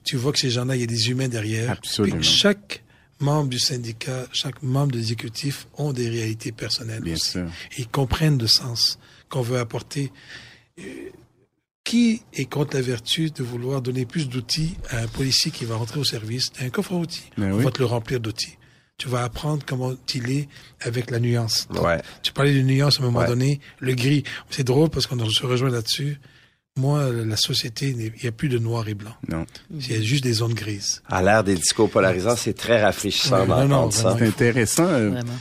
tu vois que ces gens-là, il y a des humains derrière. Absolument. Puis chaque membre du syndicat, chaque membre de l'exécutif ont des réalités personnelles. Bien aussi. sûr. Et ils comprennent le sens qu'on veut apporter. Euh, Qui est contre la vertu de vouloir donner plus d'outils à un policier qui va rentrer au service T'as un coffre à outils. Ben On oui. va te le remplir d'outils. Tu vas apprendre comment il est avec la nuance. Ouais. Tu parlais de nuance à un moment Ouais. donné, le gris. C'est drôle parce qu'on se rejoint là-dessus. moi, la société, il n'y a plus de noir et blanc. Non. Mm. Il y a juste des zones grises. À l'ère des discours polarisants, c'est très rafraîchissant Ouais, non, non, d'entendre ça. vraiment. C'est intéressant. euh, Vraiment.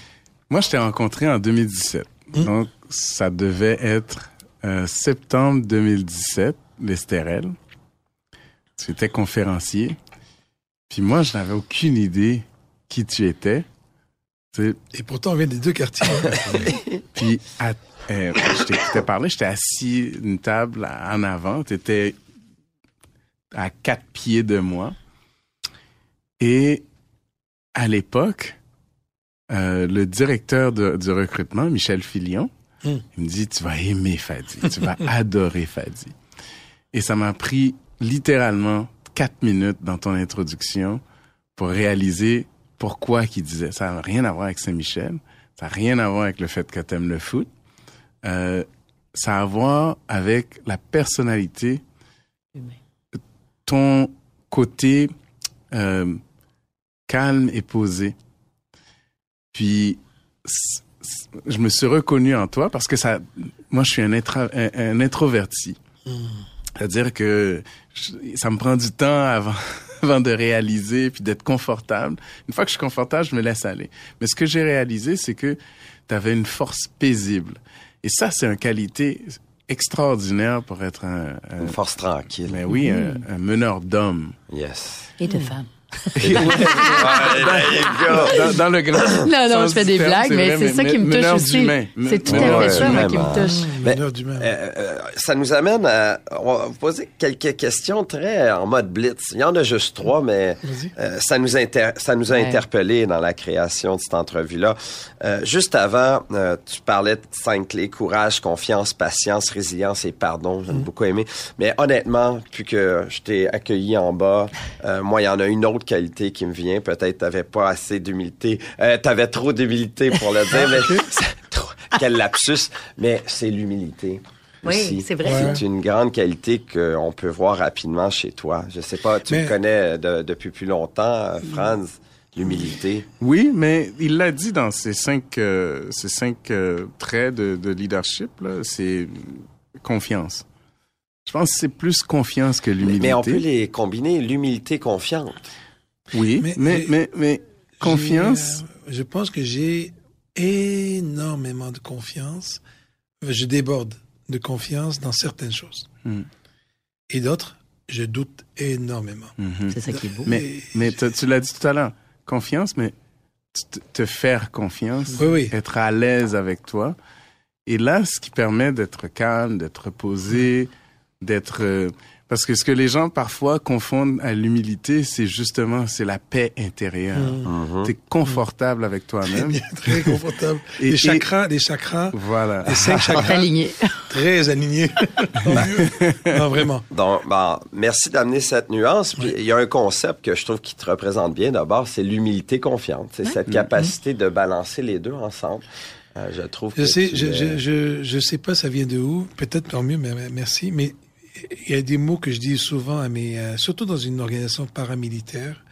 Moi, je t'ai rencontré en 2017. Donc, ça devait être euh, septembre 2017, l'Estérel. Tu étais conférencier. Puis moi, je n'avais aucune idée qui tu étais. Tu sais, Et pourtant, on vient des deux quartiers. hein. <laughs> Puis, à- euh, je t'ai- je t'ai parlé, j'étais assis une table à- en avant. Tu étais à quatre pieds de moi. Et à l'époque, euh, le directeur de- du recrutement, Michel Filion, Hmm. il me dit Tu vas aimer Fadi, tu vas <laughs> adorer Fadi. Et ça m'a pris littéralement quatre minutes dans ton introduction pour réaliser pourquoi qu'il disait. Ça n'a rien à voir avec Saint-Michel. Ça n'a rien à voir avec le fait que tu aimes le foot. Euh, ça a à voir avec la personnalité, Humain. ton côté euh, calme et posé. Puis, c- c- je me suis reconnu en toi parce que ça, moi, je suis un, intra- un- un introverti. C'est-à-dire que je- ça me prend du temps avant, <laughs> avant de réaliser puis d'être confortable. Une fois que je suis confortable, je me laisse aller. Mais ce que j'ai réalisé, c'est que tu avais une force paisible. Et ça, c'est une qualité extraordinaire pour être un, un- Une force tranquille. mais oui, un, Mhm. un meneur d'hommes. Yes. Et de femmes. Dans, dans le grand. <laughs> Non, non, sens je fais du des terme, blagues, c'est mais vrai, c'est ça qui me touche meneurs aussi. d'humains. C'est tout meneurs à fait ça, moi, qui d'humains. me touche. Mais- Une heure du même. Euh, euh, ça nous amène à on va vous poser quelques questions très en mode blitz. Il y en a juste trois, mais Vas-y. euh, ça nous inter- ça nous a Ouais. interpellé dans la création de cette entrevue-là. Euh, juste avant, euh, tu parlais de cinq clés courage, confiance, patience, résilience et pardon. J'ai Mm-hmm. beaucoup aimé. Mais honnêtement, puis que je t'ai accueilli en bas, euh, moi, il y en a une autre qualité qui me vient. Peut-être t'avais pas assez d'humilité. Euh, t'avais trop d'humilité pour le dire, <laughs> mais <laughs> c'est trop- quel lapsus. Mais c'est l'humilité. Oui, aussi. c'est vrai. C'est une grande qualité qu'on peut voir rapidement chez toi. Je sais pas, tu Mais- me connais de- depuis plus longtemps, euh, Franz, l'humilité. Oui, mais il l'a dit dans ses cinq, euh, ses cinq euh, traits de, de leadership, là, c'est confiance. Je pense que c'est plus confiance que Mais, l'humilité. on peut les combiner, l'humilité confiante. Oui, mais, Mais- mais, mais- mais, euh, confiance. J'ai, euh, je pense que j'ai énormément de confiance. Je déborde de confiance dans certaines choses. Hmm. Et d'autres, je doute énormément. Mhm. C'est ça qui est <laughs> beau. Mais, mais t'as- tu l'as dit tout à l'heure, confiance, mais t- t- te faire confiance, Oui, oui. être à l'aise avec toi. Et là, ce qui permet d'être calme, d'être posé, d'être... euh, parce que ce que les gens parfois confondent à l'humilité, c'est justement, c'est la paix intérieure. T'es confortable avec toi-même. Mmh. <laughs> Très confortable. Hmm. Et- les chakras, les chakras, voilà. <laughs> les cinq chakras Aligné. très alignés. Tant mieux. non, vraiment. Donc, bon, merci d'amener cette nuance. Puis, il y a un concept que je trouve qui te représente bien d'abord, c'est l'humilité confiante. C'est cette Mm-hmm. capacité de balancer les deux ensemble. Euh, je trouve Je que sais, tu je, es- je, je, je sais pas ça vient de où. Peut-être tant mieux, mais mais merci. Mais il y a des mots que je dis souvent à mes, euh, surtout dans une organisation paramilitaire,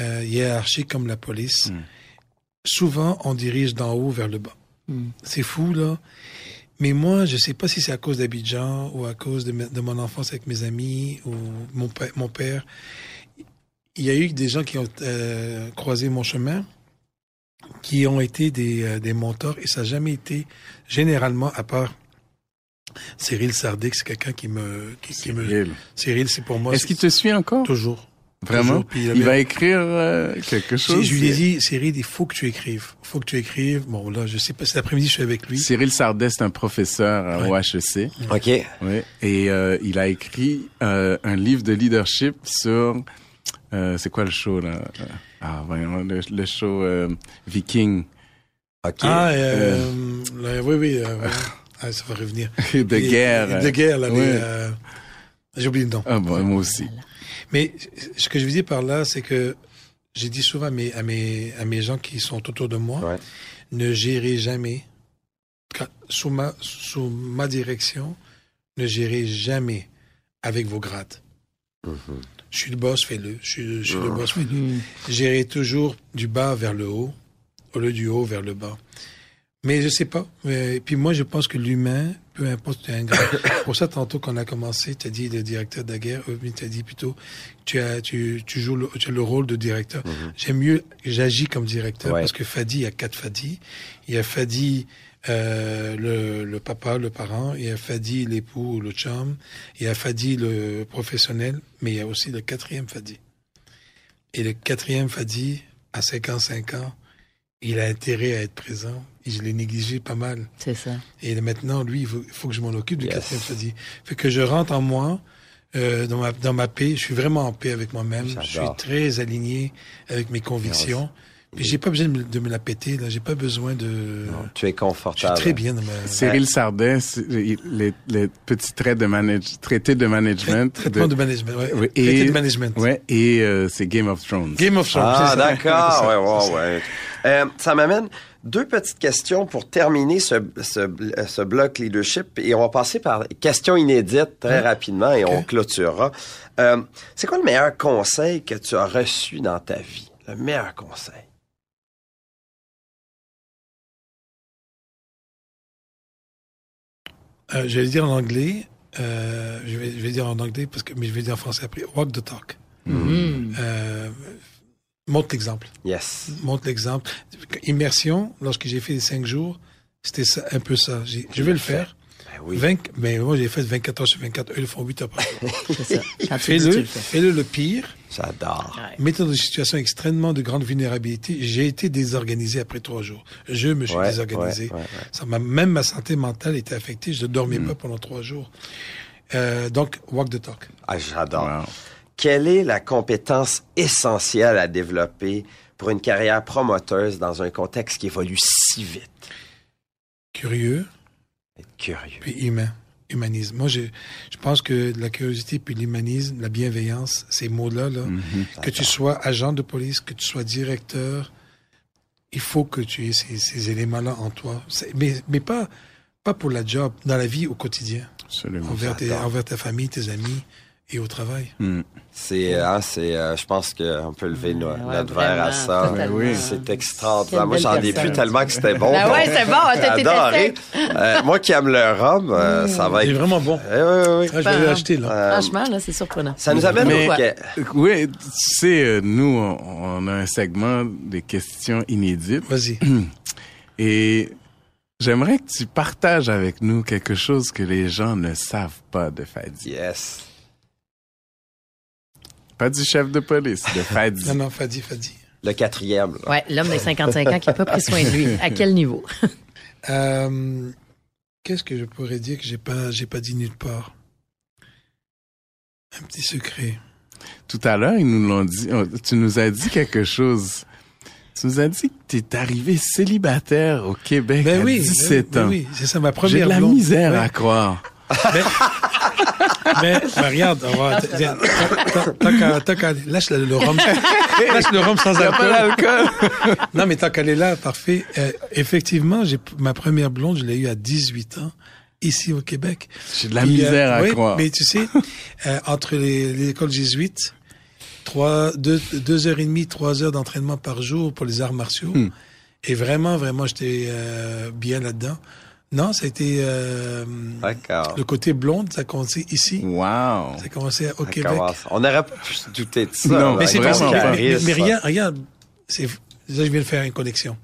euh, hiérarchique comme la police. Souvent, on dirige d'en haut vers le bas. C'est fou là. Mais moi, je sais pas si c'est à cause d'Abidjan ou à cause de, ma- de mon enfance avec mes amis ou mon, pa- mon père. Il y a eu des gens qui ont euh, croisé mon chemin qui ont été des, euh, des mentors et ça n'a jamais été généralement à part Cyril Sardic, c'est quelqu'un qui me, qui, qui me- Cyril. Cyril, c'est pour euh, moi. Est-ce c'est- qu'il te suit encore? toujours Vraiment? toujours, puis il a il va bien- écrire euh, quelque Je chose? je lui ai dit, Cyril, il faut que tu écrives, faut que tu écrives. Bon là, je sais pas. Cet après-midi, je suis avec lui. Cyril Sardet, c'est un professeur à E Ouais. OHEC. OK. Oui, et euh, il a écrit euh, un livre de leadership sur euh, c'est quoi le show là Euh, Ah voyons, le, le show euh, <laughs> Viking OK. Ah, euh, là, oui, oui. euh, ouais. Ah, ça va revenir. de Et- guerre. De guerre, là. les, Ouais. euh, J'ai oublié le nom. Ah bon, moi aussi. Mais ce que je veux dire par là, c'est que j'ai dit souvent à mes, à mes, à mes gens qui sont autour de moi, Ouais. ne gérez jamais, quand- sous ma, sous ma direction, ne gérez jamais avec vos grades. Je suis le boss, fais-le. Je suis, je suis le boss, fais-le. Gérez toujours du bas vers le haut, au lieu du haut vers le bas. Mais je sais pas. Euh, puis moi, je pense que l'humain, peu importe, tu as un grand. <coughs> Pour ça, tantôt qu'on a commencé, tu as dit le directeur de la guerre, euh, mais tu as dit plutôt, tu, as, tu, tu joues le, tu as le rôle de directeur. J'aime mieux, j'agis comme directeur Ouais. parce que Fadi, il y a quatre Fadi. Il y a Fadi, euh, le, le papa, le parent. Il y a Fadi, l'époux ou le chum. Il y a Fadi, le professionnel. Mais il y a aussi le quatrième Fadi. Et le quatrième Fadi, à 55 ans, il a intérêt à être présent. Et je l'ai négligé pas mal. C'est ça. Et maintenant, lui, il faut, il faut que je m'en occupe du Yes. quatrième Fadi. Fait que je rentre en moi, euh, dans, ma, dans ma paix. Je suis vraiment en paix avec moi-même. Je suis J'adore. très aligné avec mes convictions. Puis j'ai pas besoin de me, de me la péter. Là, j'ai pas besoin Tu de. es Je suis confortable. très bien dans ma. Cyril Sardin, c'est- il- les, les petits traits de manage, traités de management. Traitement de, management. Ouais. Oui, Traité et- de management. Ouais, et euh, c'est Game of Thrones. Game of Thrones. Ah, c'est ça. <laughs> d'accord. C'est Ouais, ça, c'est ouais, ça. ouais. Euh, ça m'amène deux petites questions pour terminer ce, ce, ce bloc leadership. Et on va passer par questions inédites très rapidement et on Hein? Ok. clôturera. Euh, c'est quoi le meilleur conseil que tu as reçu dans ta vie? Le meilleur conseil? Euh, je vais le dire en anglais. Euh, je, vais, je vais le dire en anglais, parce que, mais je vais le dire en français après. Walk the talk. Euh, montre l'exemple. Yes. Montre l'exemple. Immersion, lorsque j'ai fait les cinq jours, c'était ça, un peu ça. J'ai- Je vais le faire. Ben oui. 20 mais moi, j'ai fait 24 heures sur 24. Eux, ils le font 8 heures par jour. C'est ça. Quand tu dis, tu Fais-le. le fais. Fais-le le pire. J'adore. Ouais. Mettez dans des situations extrêmement de grande vulnérabilité. J'ai été désorganisé après trois jours. Je me suis Ouais, désorganisé. ouais, ouais, ouais. Mm. Ça m'a- même ma santé mentale était affectée. Je ne dormais pas pendant trois jours. Euh, donc, walk the talk. Ah, j'adore. Wow. Quelle est la compétence essentielle à développer pour une carrière promoteuse dans un contexte qui évolue si vite? Curieux, Être curieux. puis humain. Humanisme. Moi, je, je pense que la curiosité puis l'humanisme, la bienveillance, ces mots-là, là, Mm-hmm. que tu sois agent de police, que tu sois directeur, il faut que tu aies ces, ces éléments-là en toi. C'est- Mais, mais pas, pas pour la job, dans la vie au quotidien. Absolument. envers, tes- J'adore. envers ta famille, tes amis et au travail. Mm. C'est, hein, c'est, euh, je pense qu'on peut lever no- Ouais, Ah, notre vraiment, verre à ça. totalement. Oui, oui. C'est Quelle extraordinaire. Moi, belle j'en ai personne. plus tellement que c'était bon. Ben Donc, ouais, <laughs> c'est bon, t'as j'ai été adoré. Euh, moi qui aime le rhum, euh, ça va Il est être. vraiment bon. Eh oui, oui, oui. Ah, je vais Pas, hein. l'acheter là. Euh, Hmm. Franchement, là, c'est surprenant. ça nous amène Mais- au- Pourquoi? que- Oui, tu sais, euh, nous, on, on a un segment des questions inédites Vas-y. et j'aimerais que tu partages avec nous quelque chose que les gens ne savent pas de Fadi. Yes. Pas du chef de police, de Fadi. <laughs> Non, non, Fadi, Fadi. Le quatrième. là. Ouais, l'homme de 55 ans qui n'a pas pris soin de lui. À quel niveau? Euh, Qu'est-ce que je pourrais dire que j'ai pas, j'ai pas dit nulle part Un petit secret. Tout à l'heure, ils nous l'ont dit. oh, Tu nous as dit quelque chose. Tu nous as dit que tu es arrivé célibataire au Québec Ben à oui, 17 ben ans. oui, c'est ça ma J'ai de première la blonde. misère Ouais. à croire. Mais, mais Ben, regarde, on va- t- t- tant- tant qu'à- tant qu'à- lâche le, le rhum, lâche le rhum sans alcool. Non, mais tant qu'elle est là, parfait. Euh, effectivement, j'ai ma première blonde, je l'ai eue à 18 ans ici au Québec. <laughs> J'ai de la Puis, euh, misère à oui, croire. Mais <laughs> tu sais, euh, entre les, les écoles jésuites, trois, deux, deux heures et demie, trois heures d'entraînement par jour pour les arts martiaux. Hmm. Et vraiment, vraiment, j'étais euh, bien là-dedans. Non, ça a été euh, D'accord. Hmm. le côté blonde, ça a commencé ici. Wow. Ça a commencé au Ça Québec. commence. On n'aurait pas pu se douter de ça. Non, là, Mais c'est avec parce que, vraiment le pas. mais, mais- mais charisme. rien, rien, c'est, là, je viens de faire une connexion.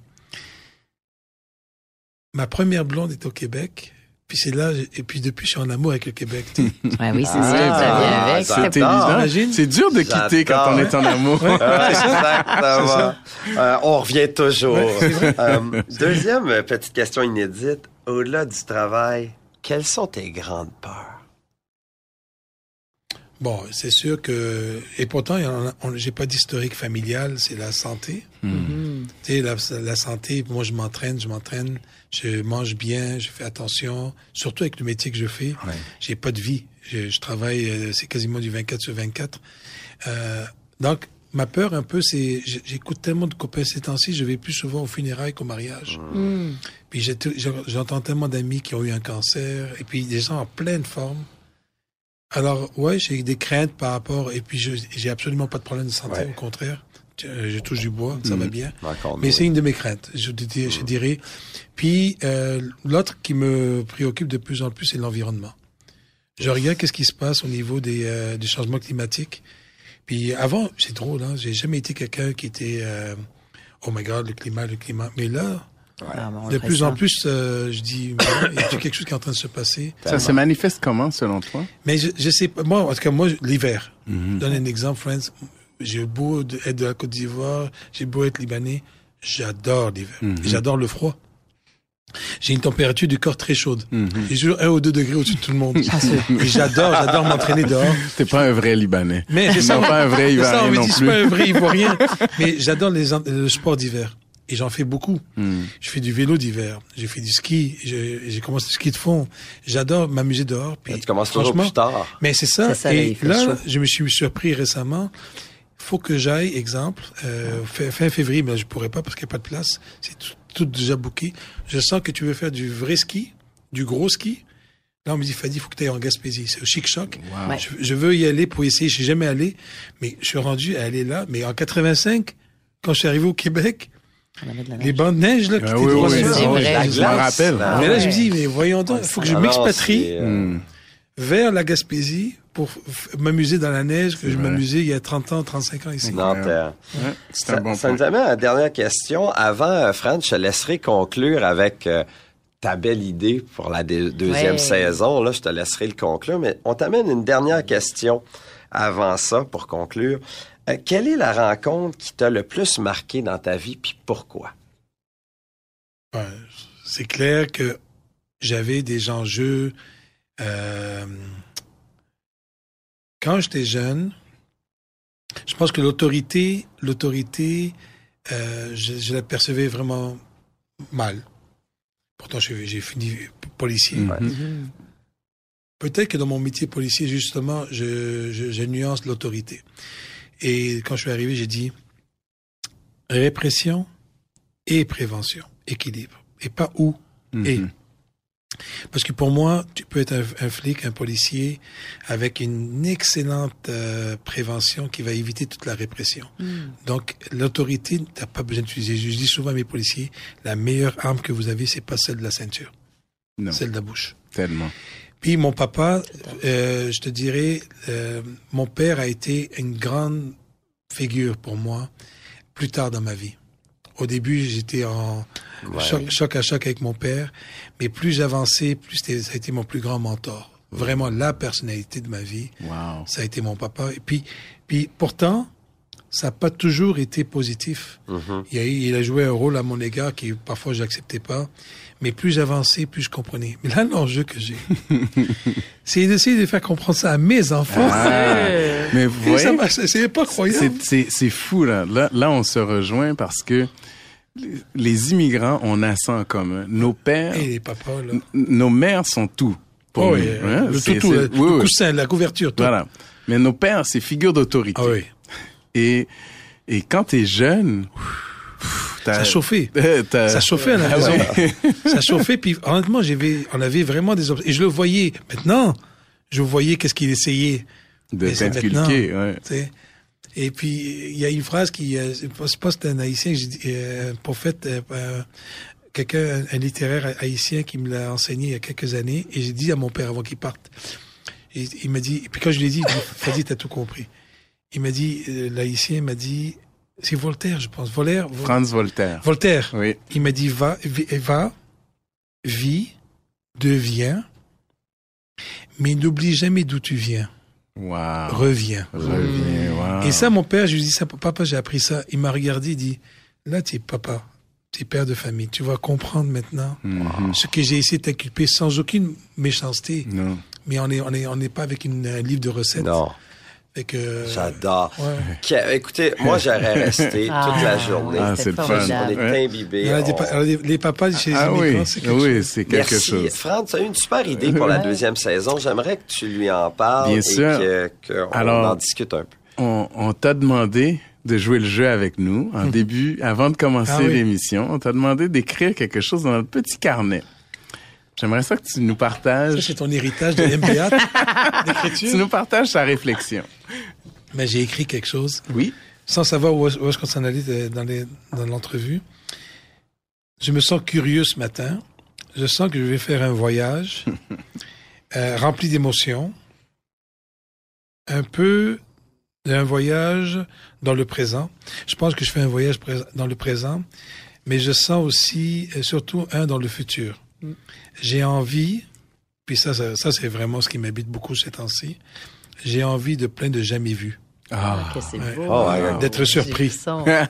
Ma première blonde est au Québec, puis c'est là, et puis depuis, je suis en amour avec le Québec. Ouais, oui, c'est Ah, sûr, ça vient avec. ça- C'était- C'est évident. Imagine. C'est dur de quitter J'adore. quand on est en <laughs> amour. Ouais, Ah, Exactement. Euh, on revient toujours. Euh, deuxième euh, petite question inédite. Au-delà du travail, quelles sont tes grandes peurs? Bon, c'est sûr que, et pourtant, il y en a- on- j'ai pas d'historique familial, c'est la santé. Tu sais, la, la santé, moi, je m'entraîne, je m'entraîne, je mange bien, je fais attention, surtout avec le métier que je fais. J'ai pas de vie. Je, je travaille, euh, c'est quasiment du 24 sur 24. Euh, donc, ma peur un peu, c'est, j'- j'écoute tellement de copains ces temps-ci, je vais plus souvent aux funérailles qu'au mariage. Mhm. Puis j'ai tout- j'en- j'entends tellement d'amis qui ont eu un cancer, et puis des gens en pleine forme. Alors, ouais, j'ai des craintes par rapport, et puis je- j'ai absolument pas de problème de santé, Ouais. au contraire. Euh, je, je touche du bois, ça va bien. D'accord, Mais oui. c'est une de mes craintes, je, dir- je dirais. Puis euh, l'autre qui me préoccupe de plus en plus, c'est l'environnement. Je regarde qu'est-ce qui se passe au niveau des, euh, des changements climatiques. Puis avant, c'est drôle, hein, j'ai jamais été quelqu'un qui était euh, oh my god le climat, le climat. Mais là, Ah, bon, on de ferait plus en ça. plus, euh, je dis <coughs> il y a quelque chose qui est en train de se passer. Ça se manifeste comment, selon toi? Mais je, je sais pas. Moi, en tout cas, moi, je- l'hiver. Mhm. Je donne un exemple, Friends. J'ai beau de- être de la Côte d'Ivoire, j'ai beau être libanais, j'adore l'hiver. Mhm. J'adore le froid. J'ai une température du corps très chaude. Mhm. J'ai toujours un ou deux degrés au-dessus de tout le monde. Et j'adore, j'adore m'entraîner dehors. T'es pas un vrai Libanais. Mais c'est ça. Non, pas un vrai C'est ça, Ivoirien on me non dit, c'est pas plus. un vrai Ivoirien. Mais j'adore les, en- le sport d'hiver. Et j'en fais beaucoup. Mhm. Je fais du vélo d'hiver. J'ai fait du ski. Je- J'ai commencé du ski de fond. J'adore m'amuser dehors. Puis, Tu commences toujours franchement, plus tard. mais c'est C'est ça. ça, là, il et fait chaud. là, je me suis surpris récemment. Faut que j'aille, exemple, euh, fin, fin février, mais je pourrais pas parce qu'il n'y a pas de place. C'est tout, tout déjà booké. Je sens que tu veux faire du vrai ski, du gros ski. Là, on me dit, Fadi, il faut que tu ailles en Gaspésie. C'est au chic-choc. Ouais. Je, je veux y aller pour essayer. Je suis jamais allé, mais je suis rendu à aller là. Mais en 85, quand je suis arrivé au Québec, On avait de la les bancs de neige, là, qui Ah étaient oui, trois oui, heures. ah oui, vrai. je m'en rappelle. Ah Mais là, je ouais. me dis, mais voyons donc, il Ouais, ça faut que je Ah non, m'expatrie c'est, euh, Hmm. vers la Gaspésie pour f- m'amuser dans la neige que je vrai. m'amusais il y a 30 ans, 35 ans ici. non, t'as- Ouais, Hein? C'est Ça, un bon ça point. nous amène à la dernière question. Avant, euh, Fran, je te laisserai conclure avec euh, ta belle idée pour la dé- deuxième Ouais. saison. Là, je te laisserai le conclure, mais on t'amène une dernière question avant ça pour conclure. Euh, quelle est la rencontre qui t'a le plus marqué dans ta vie, puis pourquoi? Ben, c'est clair que j'avais des enjeux. euh, quand j'étais jeune, je pense que l'autorité, l'autorité, euh, je, je la percevais vraiment mal. Pourtant, j'ai j'ai fini policier. Mm-hmm. Peut-être que dans mon métier policier, justement, je, je, je nuance l'autorité. Et quand je suis arrivé, j'ai dit répression et prévention, équilibre, et pas où et. Mm-hmm. Parce que pour moi, tu peux être un, un flic, un policier, avec une excellente euh, prévention qui va éviter toute la répression. Donc, l'autorité, t'as pas besoin d'utiliser. Je dis souvent à mes policiers, la meilleure arme que vous avez, c'est pas celle de la ceinture, Non, celle de la bouche. tellement. Puis mon papa, euh, je te dirais, euh, mon père a été une grande figure pour moi plus tard dans ma vie. Au début, j'étais en choc, choc à choc avec mon père, mais plus j'avançais, plus c'était- ça a été mon plus grand mentor. Vraiment la personnalité de ma vie, Wow. ça a été mon papa. Et puis, puis pourtant, ça n'a pas toujours été positif. Mhm. Il, a, il a joué un rôle à mon égard qui parfois j'acceptais pas, mais plus j'avançais, plus je comprenais. Mais là, l'enjeu <laughs> que j'ai, c'est d'essayer de faire comprendre ça à mes enfants. Ah. Mais vous <laughs> Et ça voyez, marche, c'est pas croyable. C'est- C'est c'est fou, là. là. Là, on se rejoint parce que les- les immigrants, on a ça en commun. Nos pères, Et les papas, là. n- nos mères sont tout. Pour Oh, nous, oui, hein. le C'est- toutou, c'est- le, oui, le oui. coussin, la couverture, tout. Voilà. Mais nos pères, c'est figure d'autorité. Ah oui, Et, et quand t'es jeune, t'as- ça chauffait. euh, <laughs> t'as- Ça chauffait à la Ah maison. <laughs> ouais. ça chauffait, puis honnêtement, j'avais, on avait vraiment des obstacles. Et je le voyais. Maintenant, je voyais qu'est-ce qu'il essayait. de Mais c'est t'inculquer, maintenant. ouais. tu sais. Et puis, il y a une phrase qui, euh, je sais pas si c'est un haïtien, j'ai dit, euh, un prophète, euh, euh, quelqu'un, un, un littéraire haïtien qui me l'a enseigné il y a quelques années, et j'ai dit à mon père avant qu'il parte, et il m'a dit, et puis quand je lui ai dit, il m'a dit, Fadi, t'as tout compris. Il m'a dit, euh, l'haïtien m'a dit, c'est Voltaire, je pense, Voltaire, Vol- Franz Voltaire. Voltaire. Oui. Il m'a dit va, vi- va, vis, deviens, mais n'oublie jamais d'où tu viens, Wow. reviens. Reviens, wow. Et ça, mon père, je lui dis ça, papa, j'ai appris ça. Il m'a regardé, il dit, là, t'es papa, t'es père de famille, tu vas comprendre maintenant Mhm. ce que j'ai essayé de t'inculper sans aucune méchanceté. Non. Mais on n'est on est, on est pas avec une, un livre de recettes. Non, Fait que, euh, j'adore. ouais. Que- écoutez, moi, j'aurais <laughs> resté toute la journée. Ah, c'est c'est le fun. On formidable. est Ouais. imbibés. Alors, des on- pa- alors, les, les papas chez les Ah oui, immigrants, c'est quelque oui, chose. c'est quelque Merci. chose. Fran, tu as eu une super idée pour la deuxième saison. J'aimerais que tu lui en parles Bien et sûr. que- qu'on Alors- en discute un peu. on, on t'a demandé de jouer le jeu avec nous en début, avant de commencer Hum. Ah oui. l'émission. On t'a demandé d'écrire quelque chose dans notre petit carnet. J'aimerais ça que tu nous Ça, partages, c'est ton héritage de <laughs> MBA, tu d'écriture. nous partages ta réflexion. Mais j'ai écrit quelque chose. Oui. sans savoir où est-ce où est-ce qu'on s'en allait de- dans les- dans l'entrevue. je me sens curieux ce matin. Je sens que je vais faire un voyage euh, rempli d'émotions. Un peu un voyage dans le présent. Je pense que je fais un voyage pré- dans le présent, mais je sens aussi, et surtout, un dans le futur. J'ai envie, puis ça, ça, ça, c'est vraiment ce qui m'habite beaucoup ces temps-ci, j'ai envie de plein de jamais vus. <laughs> Ah, que c'est Ouais. beau. Oh, ouais. D'être surpris.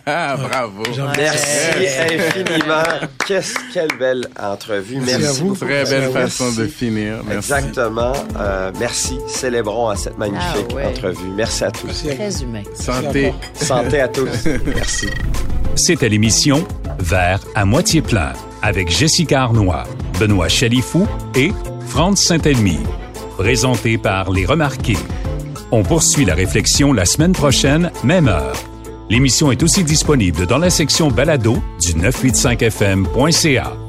Ah, Bravo. J'ai envie- Merci Ouais. infiniment. Qu'est-ce quelle belle entrevue. Merci Merci, à vous. beaucoup. Très belle Merci. façon de finir. Merci. Exactement. Euh, merci. Célébrons à cette magnifique Ah ouais. entrevue. Merci à tous. Merci à vous. Très humain. Santé. Santé à <laughs> tous. Merci. C'était l'émission Vert à moitié plein avec Jessica Arnois, Benoît Chalifou et Franck Saint-Elmy. Présenté par Les Remarqués. On poursuit la réflexion la semaine prochaine, même heure. L'émission est aussi disponible dans la section balado du 985fm.ca.